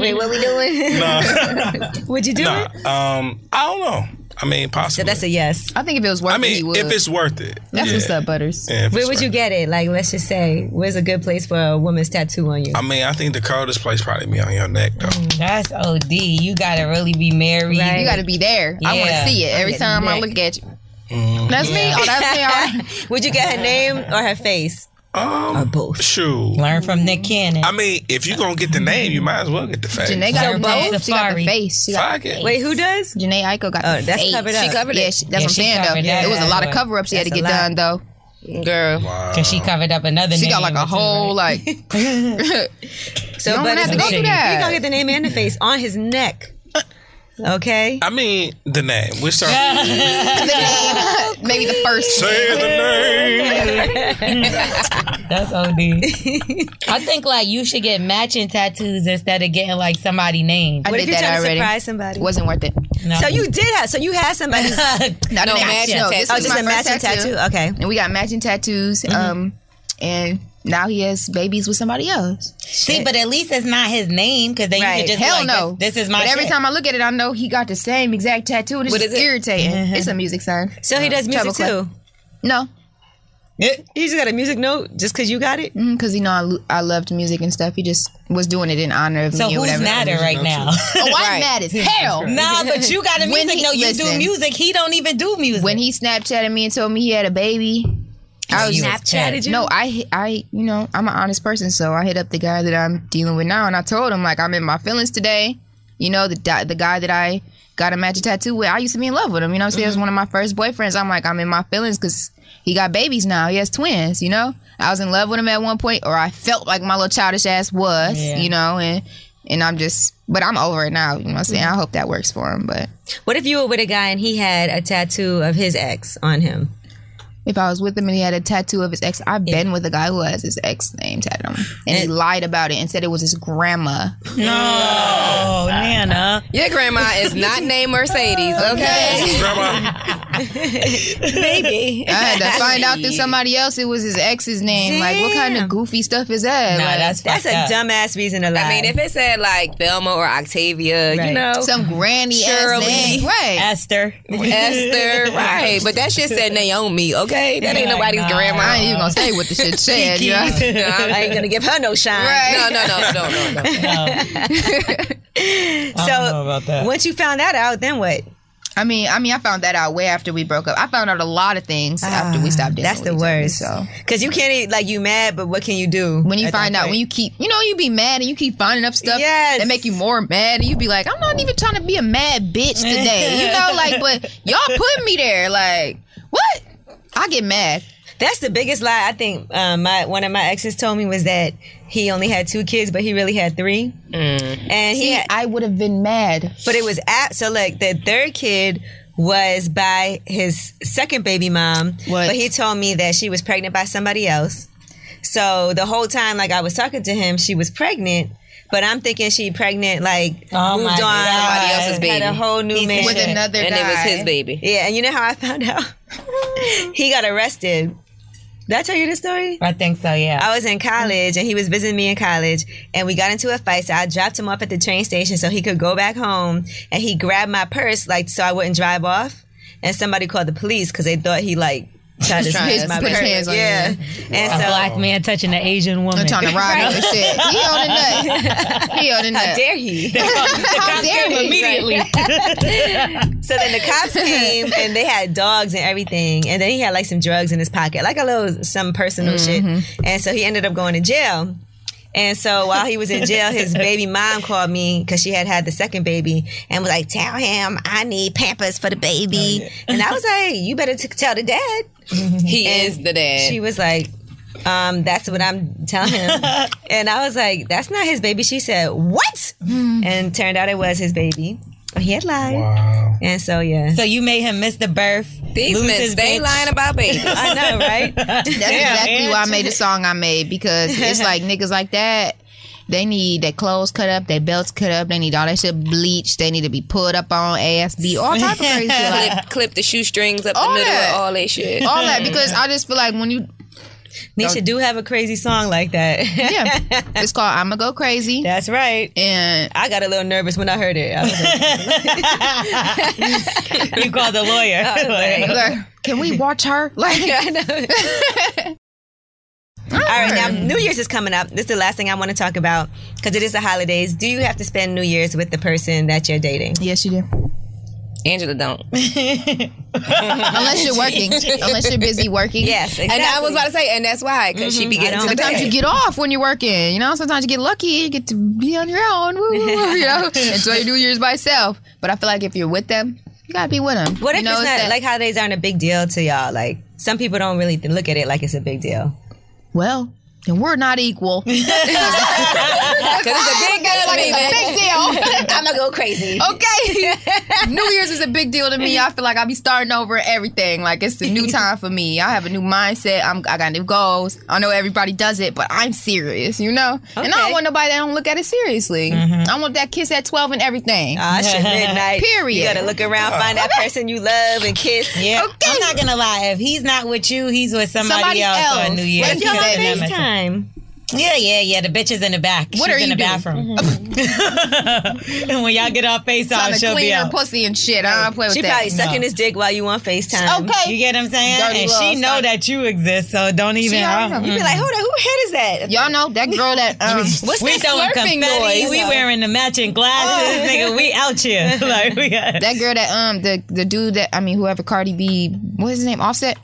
Wait, what we doing?
Nah.
would you do
Nah,
it?
um, I don't know. I mean, possibly.
So that's a yes.
I think if it was worth
I
it, he
mean,
would.
if it's worth it.
That's
yeah.
what's up, Butters.
Yeah, if
Where
it's
would you
worth it.
get it? Like, let's just say, where's a good place for a woman's tattoo on you?
I mean, I think the coldest place probably be on your neck though.
That's OD. You gotta really be married.
Right.
You got to be there. I want
Yeah.
to see it every time I
neck.
look at you.
Mm-hmm.
That's me. Oh, that's me. All right.
Would you get her name or her face?
Um,
both.
Shoot.
Learn from Nick Cannon.
I mean, if you gonna get the name, you might as well get the face.
Janae
Sorry,
got
from
both. She got
Safari.
the face. She got
Fuck it.
Wait, who does?
Janae Aiko got
Oh,
the
that's
face.
covered up.
She covered
Yeah,
it.
she, that's
Yeah,
what I'm
she
saying though.
covered that
it was a lot
up.
of cover ups she had
That's
to get
a lot.
done though.
Girl.
Cause she covered up another.
She got like
name
a
or two,
whole like. so you don't
but
have to go
it's-
through
You're
that.
gonna get the name and the face on his neck. Okay.
I mean, the name. We're starting.
Maybe the first.
Say the name.
That's OD. I think like you should get matching tattoos instead of getting like somebody named.
I
What if
did
you're
that
trying
already.
to surprise somebody?
Wasn't worth it.
No.
So you did have. So you had somebody. oh,
No,
No, matching
no, this
tattoo.
was
just
my
a
first
matching tattoo. Okay.
And we got matching tattoos. Um, and now he has babies with somebody else.
see, but at least it's not his name because then you
Right.
could just be
Hell
like,
no.
This, this is my.
But every
shit.
time I look at it, I know he got the same exact tattoo. And it's
What
just
is it?
irritating.
Uh-huh.
It's a music sign.
So he does music
Uh, Trouble
too.
Club. No,
He just got a music note just because you got it.
because Mm, you know I, lo- I loved music and stuff. He just was doing it in honor of
So
me or
who's
whatever.
madder right now?
Oh, I'm mad as hell.
nah, but you got a
When
music.
he-
no, you do
listen.
music. He don't even do music.
When he Snapchatted me and told me he had a baby, I was
You was pissed.
Snapchatted you. No, I hit- I you know I'm an honest person, so I hit up the guy that I'm dealing with now, and I told him like I'm in my feelings today. You know the di- the guy that I got a magic tattoo with, I used to be in love with him. You know what I'm saying? It was one of my first boyfriends. I'm like I'm in my feelings because he got babies now. He has twins. You know, I was in love with him at one point, or I felt like my little childish ass was.
Yeah.
You know, and and I'm just, but I'm over it now. You know what I'm saying? I hope that works for him, but.
What if you were with a guy and he had a tattoo of his ex on him?
If I was with him and he had a tattoo of his ex, I've been with a guy who has his ex name tattooed on him, and he lied about it and said it was his grandma.
oh, Nana.
Your grandma is not named Mercedes, okay?
Grandma.
Maybe.
I had to find out through somebody else it was his ex's name. Like, what kind
Damn.
of goofy stuff is that?
Nah,
Like,
that's
That's a
fucked up.
dumbass reason to lie.
I mean, if it said like Thelma or Octavia,
Right.
you know,
some granny
Shirley.
ass name, right?
Esther.
Esther, right? But that shit said Naomi, okay? That ain't
Yeah,
nobody's
nah.
I ain't
grandma.
even gonna say what the shit said. you know?
I ain't gonna give her no shine.
Right.
No, no, no, no, no, no.
So
know about that.
once you found that out, then what?
I mean, I mean, I found that out way after we broke up. I found out a lot of things after we stopped dating.
Ah, That's
with
the
each other,
worst.
so.
Because you can't eat, like you mad, but what can you do?
when you
at that
find out
point?
when you keep you know you be mad and you keep finding up stuff
Yes.
that make you more mad and you be like i'm not even trying to be a mad bitch today you know like but y'all put me there like what i get mad
That's the biggest lie I think um, my one of my exes told me was that he only had two kids, but he really had three.
Mm.
And he, had,
i would have been mad
but it was at so like the third kid was by his second baby mom,
What?
but he told me that she was pregnant by somebody else. So the whole time, like I was talking to him, she was pregnant. But I'm thinking she pregnant, like
Oh
moved on,
my God.
Somebody else's
had
baby.
a whole new
Piece of
man.
with
shit.
another
And it was
guy.
his baby.
Yeah, and you know how I found out? he got arrested. Did I tell you this story?
I think so. Yeah.
I was in college and he was visiting me in college and we got into a fight. So I dropped him off at the train station so he could go back home and he grabbed my purse like so I wouldn't drive off. And somebody called the police because they thought he like tried to
Tried to
snatch my
put his
purse.
hands on
yeah.
you.
And so
Black man touching an Asian woman.
I'm trying to ride him and shit. He on the nut. He on the nut.
how dare he?
How dare he?
immediately.
so then the cops came and they had dogs and everything. And then he had like some drugs in his pocket, like a little some personal shit. And so he ended up going to jail. And so while he was in jail, his baby mom called me because she had had the second baby and was like, "Tell him I need Pampers for the baby." And I was like, "You better t- tell the dad."
He is the dad.
She was like, um, "That's what I'm telling him." and I was like, "That's not his baby." She said, "What?" And turned out it was his baby. He had lied.
Wow.
And so yeah.
so you made him miss the birth.
These
lose
men
his
stay
bitch.
lying about babies.
I know, right?
That's exactly why I made the song I made because it's like niggas like that. They need their clothes cut up, their belts cut up. They need all that shit bleached. They need to be put up on ASB, all type of crazy shit. Like,
clip, clip the shoeststrings up
All
the middle
that.
of all that shit.
all that because I just feel like when you
Nisha do have a crazy song like that.
Yeah. it's called I'ma Go Crazy.
That's right.
And
I got a little nervous when I heard it. I was like,
You called the lawyer.
Oh,
Like,
like, can we watch her? Like,
I know. All right, now New Year's is coming up. This is the last thing I want to talk about because it is the holidays. Do you have to spend New Year's with the person that you're dating?
Yes, you do.
Angela don't.
Unless you're working. Unless you're busy working.
Yes, exactly.
And I was about to say, and that's why, because she be getting to the
Sometimes
bag.
you get off when you're working. You know, sometimes you get lucky. You get to be on your own. Woo, woo, woo, you know, enjoy your New Year's by yourself. But I feel like if you're with them, you gotta be with them.
What if
you know,
it's not
that-
like holidays aren't a big deal to y'all? Like some people don't really th- look at it like it's a big deal.
well, then we're not equal. It's
Because it's a big deal to me, man.
big deal.
I'm gonna go crazy.
Okay. new Year's is a big deal to me. I feel like I'll be starting over everything. Like it's a new time for me. I have a new mindset. I'm I got new goals. I know everybody does it, but I'm serious, you know? And I
Okay. Mm-hmm.
don't want nobody that don't look at it seriously. I want that kiss at twelve and everything.
Ah, shit, midnight.
Period.
You gotta look around, find that person you love, and kiss.
yeah, I'm not gonna lie. If he's not with you, he's with somebody,
Somebody
else,
else.
on New Year's.
Like,
He's
y'all
that
on
number. Yeah, yeah, yeah. The bitch is in the back.
What
She's
are
in
you
the
doing? Mm-hmm.
bathroom? and when y'all get off
trying
FaceTime,
to
she'll be
clean her
out.
pussy and shit. I don't play with
She
that.
probably sucking his dick while you on Facetime.
Okay.
You get what I'm saying?
Dirty
and
love,
she know
sorry.
that you exist, so don't even. Mm.
She already
I-
know.
You be like, hold on, who head is that?
Y'all know that girl that um, what's
we throwing
that slurping
confetti.
noise? Oh.
We wearing the matching glasses, nigga. We out here. like we got.
that girl that um the the dude that I mean whoever Cardi B what's his name Offset.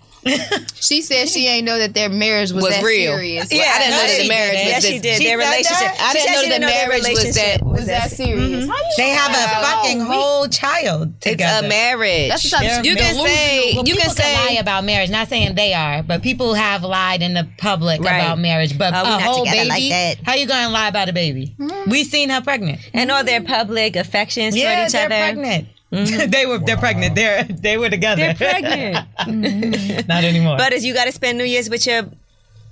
she said she ain't know that their marriage was,
Was
that
real.
serious.
Yeah, I didn't know
no,
that
she
the marriage
didn't.
was
Yeah,
this.
she did.
She
their
said
relationship.
that?
I
She
didn't
said
know
she
that the
their
marriage was that-
relationship
was that serious.
They have a
Wow.
fucking whole child
It's
together.
a marriage.
That's the type of-
you can
delusional.
say
Well,
you
people
can say
lie about marriage. Not saying they are, but people have lied in the public
Right.
about marriage. But
Oh, we
a
not
whole
together
baby,
like that. Hmm.
how you gonna lie about a baby? We seen her pregnant.
And all their public affections
yeah,
toward each
they're
other.
pregnant. they were. They're pregnant. They're. They were together.
Mm-hmm. They're pregnant.
Not anymore.
but is you gotta spend New Year's with your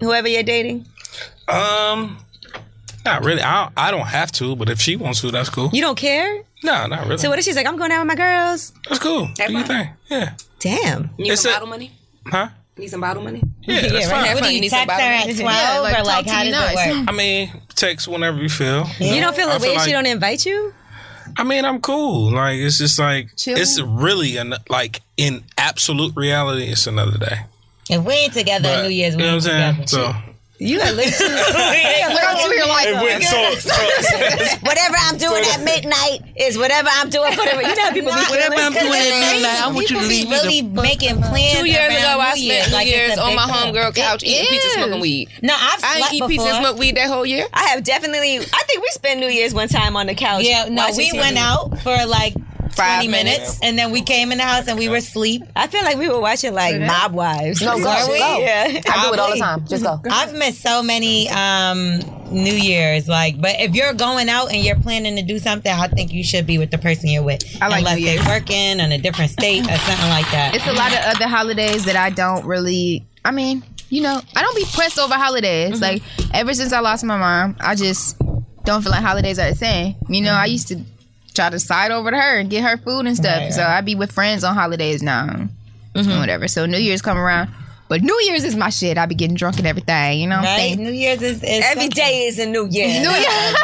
whoever you're dating?
Um, not really. I I don't have to, but if she wants to, that's cool.
You don't care?
No, not really.
So what if she's like, I'm going out with my girls?
that's cool. Do your thing. Yeah.
Damn.
you need
It's a-
some bottle money.
Huh?
Need some bottle money.
Yeah, that's fine.
Have
What
fun.
do you
need some
text her at
bottle money.
twelve
Yeah, like,
or
talk
like
to
how
me
does it
nice.
work?
I mean, text whenever you feel.
You don't feel
I
the way
feel
she
like-
don't invite you?
I mean, I'm cool. Like it's just like
Chill.
it's really an like in absolute reality, it's another day.
If we ain't together on
But,
New Year's,
you
we
know
ain't
what I'm
together.
saying? So,
You are lit
Girl, to your life.
so, so
Whatever I'm doing at midnight is whatever I'm doing for the You know how people be
whatever I'm doing
feeling.
at midnight, I want you
People be
to leave me
really
the.
making plans.
Two years
around
ago, I
New
spent New
like it's
Year's
a
on
big
my
deal.
homegirl couch
It
eating pizza,
is.
smoking weed.
No, I've slept
I didn't eat
before.
pizza, and smoke weed that whole year.
I have definitely. I think we spent New Year's one time on the couch.
Yeah, no,
watching
we
TV.
went out for like
Five
20 minutes,
minutes.
and then we came in the house and we were asleep.
I feel like we were watching like Mob Wives.
No, go.
Were we?
Go.
Yeah.
I do it all the time. Just go.
I've missed so many um New Year's, like, but if you're going out and you're planning to do something, I think you should be with the person you're with,
I like
unless
New
they're
Year's.
working on a different state or something like that.
It's a lot of other holidays that I don't really. I mean, you know, I don't be pressed over holidays. Like ever since I lost my mom, I just don't feel like holidays are the same. You know, I used to try to side over to her and get her food and stuff. So I be with friends on holidays now, and whatever. So New Year's come around, but New Year's is my shit. I be getting drunk and everything. You know, what
right?
I'm saying?
New Year's is, is
Every day is a New Year.
New Year.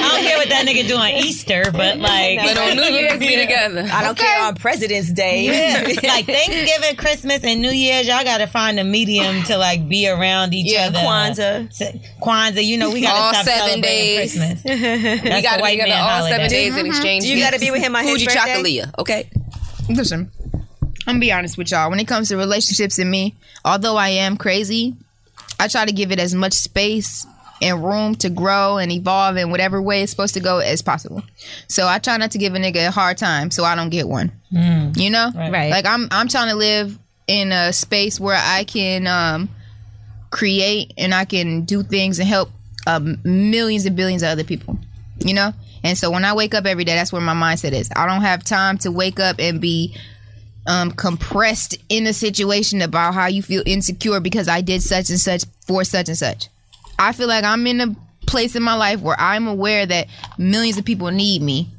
I don't care what that nigga do on Easter, but like,
But on New Year's, we together.
I don't care on President's Day.
like Thanksgiving, Christmas, and New Year's, y'all gotta find a medium to like be around each
Yeah,
other.
Kwanzaa.
S- Kwanzaa, you know, we gotta
All
stop
seven
celebrating
days.
Christmas. That's
We gotta be together all seven days and exchange.
Do you got to
gifts.
be with him on his
Fuji
birthday?
Chocolia, okay?
Listen, I'm gonna be honest with y'all. When it comes to relationships and me, although I am crazy, I try to give it as much space and room to grow and evolve in whatever way it's supposed to go as possible. So I try not to give a nigga a hard time so I don't get one. you know?
Right.
Like I'm I'm trying to live in a space where I can um create and I can do things and help um, millions and billions of other people, you know? And so when I wake up every day, that's where my mindset is. I don't have time to wake up and be um, compressed in a situation about how you feel insecure because I did such and such for such and such. I feel like I'm in a place in my life where I'm aware that millions of people need me.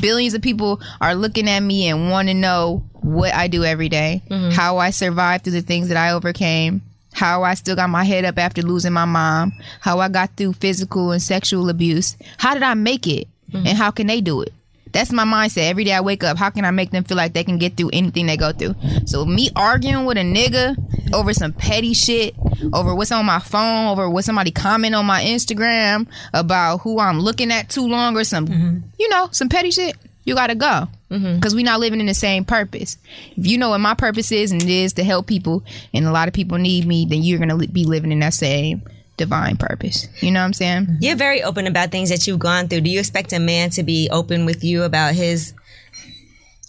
Billions of people are looking at me and want to know what I do every day, how I survive through the things that I overcame, how I still got my head up after losing my mom, how I got through physical and sexual abuse. How did I make it? And how can they do it? That's my mindset. Every day I wake up, how can I make them feel like they can get through anything they go through? So me arguing with a nigga over some petty shit, over what's on my phone, over what somebody comment on my Instagram about who I'm looking at too long or some, you know, some petty shit. You gotta go because we not living in the same purpose. If you know what my purpose is and it is to help people, and a lot of people need me, then you're gonna li- be living in that same divine purpose. You know what I'm saying?
You're very open about things that you've gone through. Do you expect a man to be open with you about his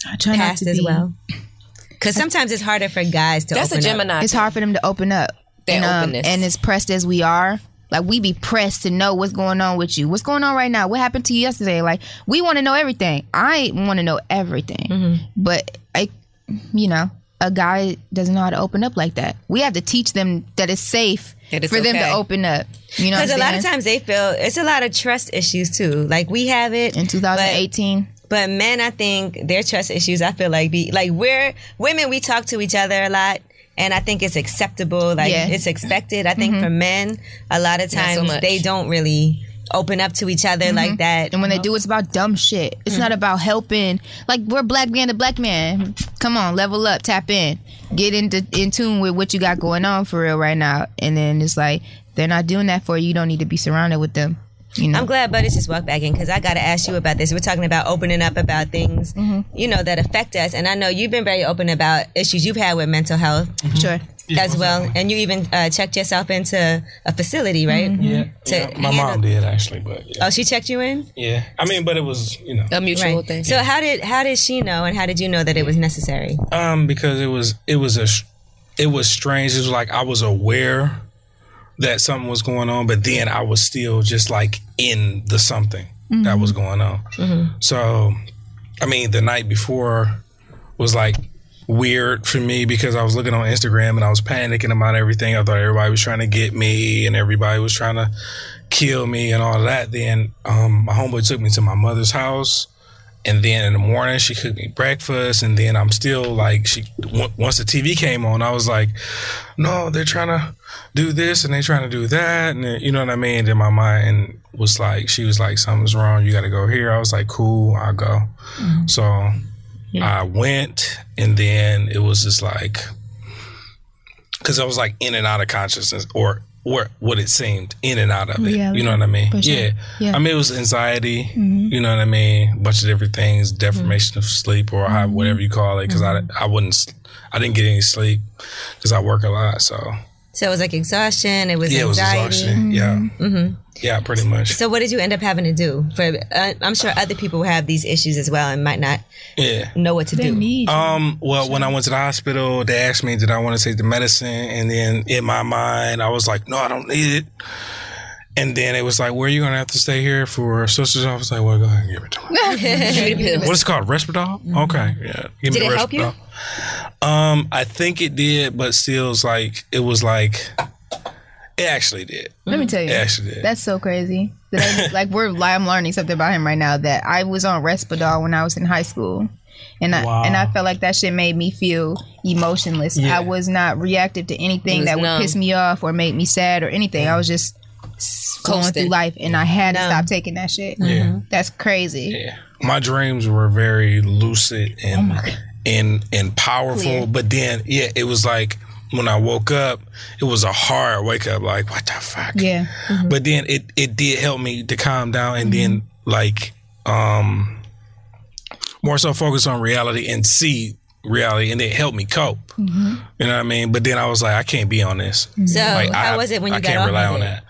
I try not
past
to
as
be-
well? Because sometimes it's harder for guys to.
That's a
open up.
Gemini.
it's hard for them to open up.
That
and, um,
openness.
and as pressed as we are, like we be pressed to know what's going on with you. What's going on right now? What happened to you yesterday? Like we want to know everything. I want to know everything,
Mm-hmm.
but I, you know, a guy doesn't know how to open up like that. We have to teach them that it's safe
That it's
for them to
okay.
open up. You know, what
Because a
I'm
lot of
saying?
times they feel it's a lot of trust issues too. Like we have it
in
but-
2018,
But men, I think their trust issues, I feel like be like we're women, we talk to each other a lot. And I think it's acceptable, like
Yeah. Mm-hmm.
it's expected. I think for men, a lot of
so
times
much.
they don't really open up to each other like that.
Mm-hmm. and when they do, it's about dumb shit. It's not about helping. Like we're black man to black man. Come on, level up, tap in, get into in tune with what you got going on for real right now. And then it's like they're not doing that for you. You don't need to be surrounded with them. You know,
I'm glad Butters just walked back in because I got to ask you about this. We're talking about opening up about things,
Mm-hmm.
you know, that affect us. And I know you've been very open about issues you've had with mental health
Mm-hmm. sure.
as well. And you even uh, checked yourself into a facility, right?
Mm-hmm.
Yeah,
To
yeah, my mom
handle-
did actually, but yeah.
Oh, she checked you in?
yeah. I mean, but it was you know,
a mutual
Right.
thing.
So how did how did she know and how did you know that it was necessary?
um, because it was it was a sh- it was strange. It was like I was aware that something was going on, but then I was still just like in the something that was going on. So, I mean, the night before was like weird for me because I was looking on Instagram and I was panicking about everything. I thought everybody was trying to get me and everybody was trying to kill me and all that. Then um, my homeboy took me to my mother's house. And then in the morning, she cooked me breakfast. And then I'm still like, she w- once the TV came on, I was like, no, they're trying to do this and they're trying to do that. And then- you know what I mean? And then my mind was like, she was like, something's wrong. You got to go here. I was like, cool, I'll go. So I went. And then it was just like, because I was like in and out of consciousness or, or what it seemed in and out of it.
Yeah,
you know what I mean?
for sure.
Yeah.
Yeah.
I mean, it was anxiety. You know what I mean? A bunch of different things, deformation of sleep or how, whatever you call it. Because I, I wouldn't, s- I didn't get any sleep because I work a lot. So
So it was like exhaustion, it was
yeah, it was
anxiety.
exhausting. Yeah. Mm-hmm. Yeah, pretty much.
So what did you end up having to do? For uh, I'm sure other people have these issues as well and might not
yeah.
know what to do.
Um, well, when I went to the hospital, they asked me, did I want to take the medicine? And then in my mind, I was like, no, I don't need it. And then it was like, where are you going to have to stay here for sister's office? Like, well, go ahead and give it to me. what is it called? Respidol? Okay. Yeah.
Mm-hmm.
Give
Did it help you?
Respidol. Um, I think it did, but still, it's like, it was like, it actually did.
Let me tell you.
It actually did.
That's so crazy. That I, like we're I'm learning something about him right now that I was on Respidol when I was in high school. And I and I felt like that shit made me feel emotionless. I was not reactive to anything
was
that would
numb.
piss me off or make me sad or anything. I was just s- going
Coasting.
through life and I had to stop taking that shit.
Yeah.
That's crazy.
Yeah. My dreams were very lucid and and and powerful.
Oh Clear.
But then yeah, it was like when I woke up, it was a hard wake up, like, what the fuck?
Yeah. Mm-hmm.
But then it, it did help me to calm down and then like um more so focus on reality and see reality and it helped me cope.
Mm-hmm.
You know what I mean? But then I was like, I can't be on this.
So
Like,
how
I,
was it when
I
you got
can't
off
rely
of
on
it?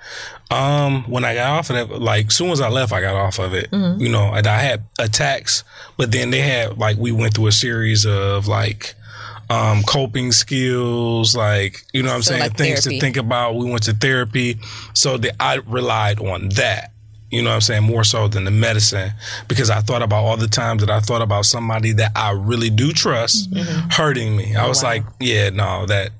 that. Um, when I got off of that, like soon as I left, I got off of it.
Mm-hmm.
You know, and I had attacks, but then they had like we went through a series of like um coping skills, like you know what I'm
So,
saying,
like,
things
therapy.
to think about. We went to therapy, so that I relied on that. You know what I'm saying? More so than the medicine. Because I thought about all the times that I thought about somebody that I really do trust
Mm-hmm.
hurting me.
Oh,
I was like, yeah, no, that.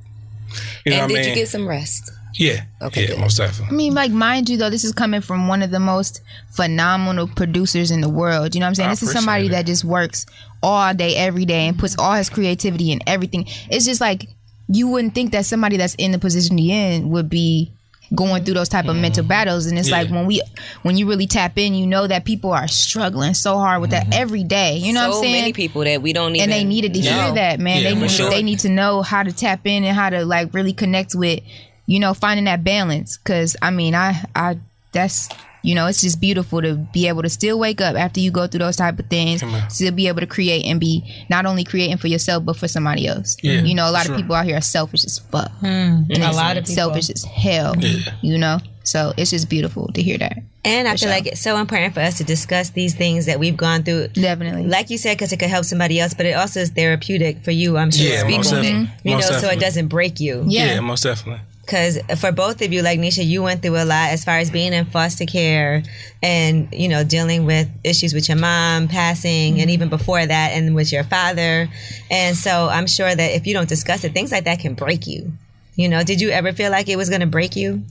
You know
and
what
did
I mean?
you get some rest?
Yeah.
Okay,
yeah,
good.
most definitely.
I mean, like, mind you, though, this is coming from one of the most phenomenal producers in the world. You know what I'm saying?
I
This is somebody
appreciate
that just works all day, every day, and puts all his creativity in everything. It's just like you wouldn't think that somebody that's in the position you're in would be going through those type
Mm-hmm.
of mental battles and it's like when we when you really tap in you know that people are struggling so hard with that
Mm-hmm.
every day you know
so
what i'm saying
many people that we don't even
and they needed to hear
know.
that man
Yeah,
they
for
need,
sure.
they need to know how to tap in and how to like really connect with you know finding that balance because i mean i i that's you know it's just beautiful to be able to still wake up after you go through those type of things
Come on.
still be able to create and be not only creating for yourself but for somebody else
Yeah,
you know a lot
sure.
of people out here are selfish as fuck
Hmm, a lot of people.
selfish as hell you know so it's just beautiful to hear that
And I feel like it's so important for us to discuss these things that we've gone through.
definitely
Like you said, because it could help somebody else, but it also is therapeutic for you, I'm sure.
Yeah, most
speaking it, You
definitely.
know,
Most
so it
definitely.
doesn't break you.
yeah,
Yeah, most definitely.
Because for both of you, like Nisha, you went through a lot as far as being in foster care and, you know, dealing with issues with your mom passing and even before that and with your father. And so I'm sure that if you don't discuss it, things like that can break you. You know, did you ever feel like it was going to break you?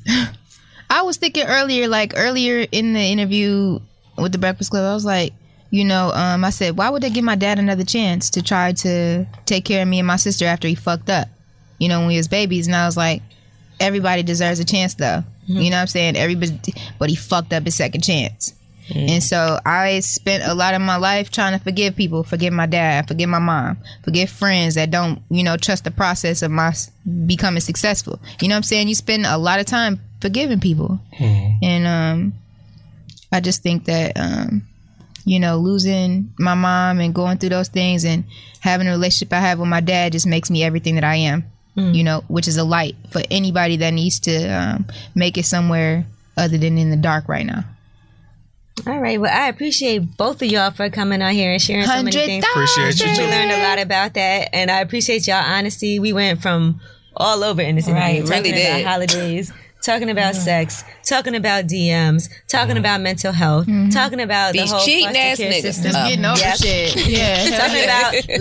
I was thinking earlier, like earlier in the interview with the Breakfast Club, I was like, you know, um, I said, why would they give my dad another chance to try to take care of me and my sister after he fucked up, you know, when we was babies? And I was like, everybody deserves a chance though. You know what I'm saying? Everybody, but he fucked up his second chance. And so I spent a lot of my life trying to forgive people, forgive my dad, forgive my mom, forgive friends that don't, you know, trust the process of my s- becoming successful. You know what I'm saying? You spend a lot of time forgiving people. And um I just think that um you know, losing my mom and going through those things and having a relationship I have with my dad just makes me everything that I am. You know, which is a light for anybody that needs to um, make it somewhere other than in the dark right now.
All right. Well, I appreciate both of y'all for coming on here and sharing so many
Hundred
things.
Appreciate you
We
too.
learned a lot about that, and I appreciate y'all honesty. We went from all over in this
Right,
interview, talking
really
about
did.
holidays, talking about sex, talking about DMs, talking about mental health, talking about
These
the whole
cheating
foster
ass
care
niggas.
system,
Um,
Getting over
yeah.
shit. Yeah.
talking about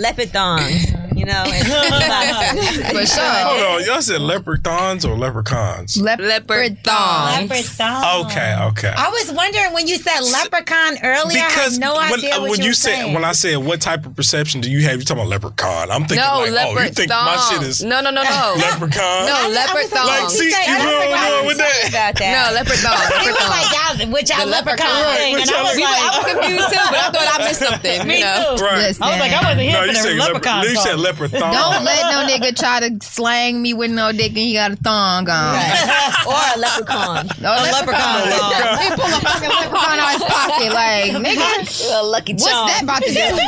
leopard thongs, you know, and talking about sex.
for sure.
Hold on, y'all said leprechauns or leprechauns?
Lep-
leopard
thong.
thong.
Leprechaun.
okay, okay.
I was wondering when you said leprechaun earlier.
because
I had no
when, uh,
idea
when
what you,
you
were
said
saying.
when I said what type of perception do you have? You talking about leprechaun? I'm thinking
No,
like,
leopard
oh, you think
thong.
my shit is
no, no, no, no.
leprechaun?
no, leopard thong.
like, see, you
I
know
don't
what
think
I'm
I
doing with that?
about that.
no, leopard thong.
He
Leopard
was
thong.
like, y'all, with y'all
The
leprechaun,
leprechaun.
thing.
With
And
y'all
I was
leprechaun.
like,
I was confused too, but I thought I missed something.
me
you know?
too.
Right.
Listen.
I was like, I wasn't here
No,
for
you
the
said
leprechaun.
leper, you
song.
said leprechaun.
Don't let no nigga try to slang me with no dick and he got a thong on. Oh,
or a leprechaun.
No leprechaun.
leprechaun.
He pull a fucking leprechaun out his pocket. Like, nigga,
a lucky
what's
charm.
that about to do?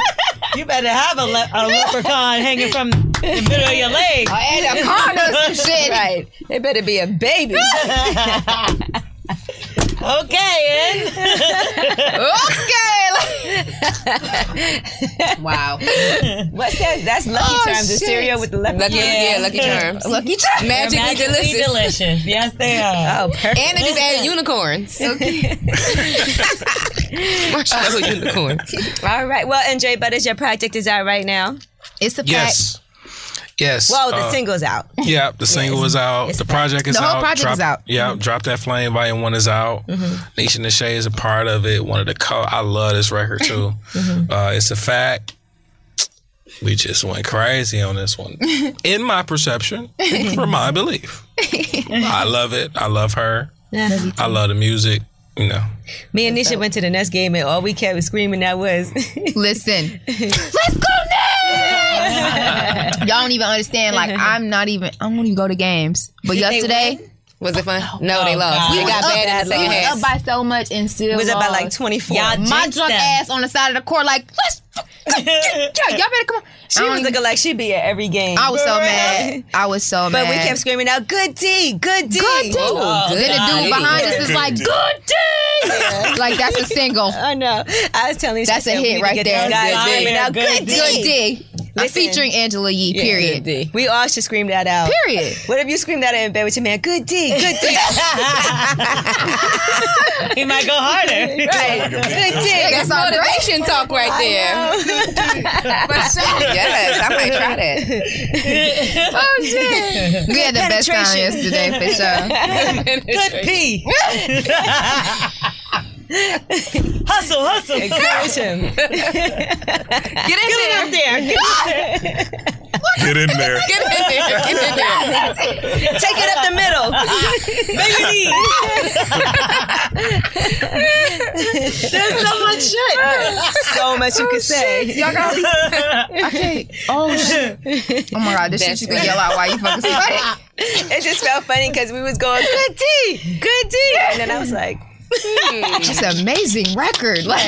You better have a, le- a leprechaun hanging from the middle of your leg.
Or add a corner or some shit.
Right. It better be a baby.
Okay, and
Okay. like- wow.
What's that? That's lucky
Oh,
charms. The
shit.
cereal with the leprechaun.
Lucky, yeah. Lucky Charms.
Lucky try.
Magically,
magically
delicious.
delicious. Yes, they are.
Oh, perfect.
And it just added unicorns. Marshmallow unicorns.
All right. Well, and Dre Butters, your project is out right now.
It's a fact.
Yes. Yes.
Well, the
uh,
single's out.
Yeah, the single is out. The project is
The
out.
whole project
Drop-
is out. Mm-hmm.
Yeah, Drop That Flame Volume 1 is out. Nation and Shay is a part of it. One of the co I love this record too.
Mm-hmm.
uh, it's a fact. We just went crazy on this one. In my perception, for my belief. I love it. I love her. I love the music. You know.
Me and Nisha went to the next game, and all we kept screaming that was,
Listen. Let's go next. Y'all don't even understand. Like, I'm not even, I don't even go to games. But yesterday,
Was it fun? No, they lost.
God.
They got
up-
bad in the second
Oh, we was
half.
up by so much and still
was it by
lost.
like 24?
my drunk
them.
ass on the side of the court, like, let's fuck- y'all better come on.
She was looking like she'd be at every game.
I was so mad. I was so
But
mad. Oh,
we kept screaming out, good D, good Oh, D.
Good D. then the dude behind us is like, good D. Like, that's a single.
I know. I was telling you,
That's a hit right there.
Guys
Good D.
screaming out, good, D.
Good D. I'm
Listen.
featuring Angela Yee, period.
D.
We all should scream that out.
Period.
What if you screamed that in bed with your man? Good D, good D,
He might go harder.
right? Good D.
That's all right.
Motivation talk right there. Yes, I might try that.
Oh, shit. We had the best time
Penetration.
yesterday, for sure.
Good P.
Hustle, hustle.
Encourage him.
Get in
Get
there.
up there.
Get in
Get in
there.
there. Get in there.
Take it up the middle. so much
Oh,
you could say.
Y'all got all these. I can't. Oh shit. Oh my god, this shit you gonna yell out while you fucking sleep.
It just felt funny because we was going good tea, good tea, and then I was like,
It's an amazing record. Like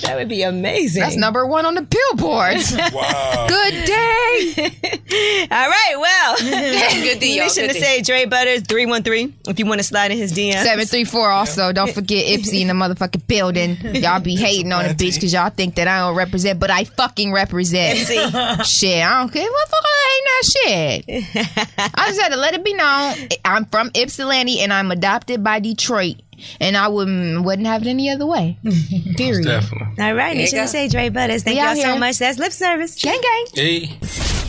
that would be amazing.
that's number one on the billboards.
Wow.
Good day.
All right, well,
Good deal. y'all.
mission
Good
to
deal.
say Dre Butters three one three. If you want to slide in his DM,
Seven three four. Also, don't forget Ipsy in the motherfucking building. Y'all be hating on the bitch because y'all think that I don't represent, but I fucking represent. Shit, I don't care. What fuck? I ain't that shit. I just had to let it be known. I'm from Ypsilanti and I'm adopted by Detroit, and I wouldn't wouldn't have it any other way. Period.
Definitely.
All right, mission
you
to
go.
say Dre Butters. Thank
We
y'all
out
so
here.
much. That's lip service.
Gang gang.
Hey.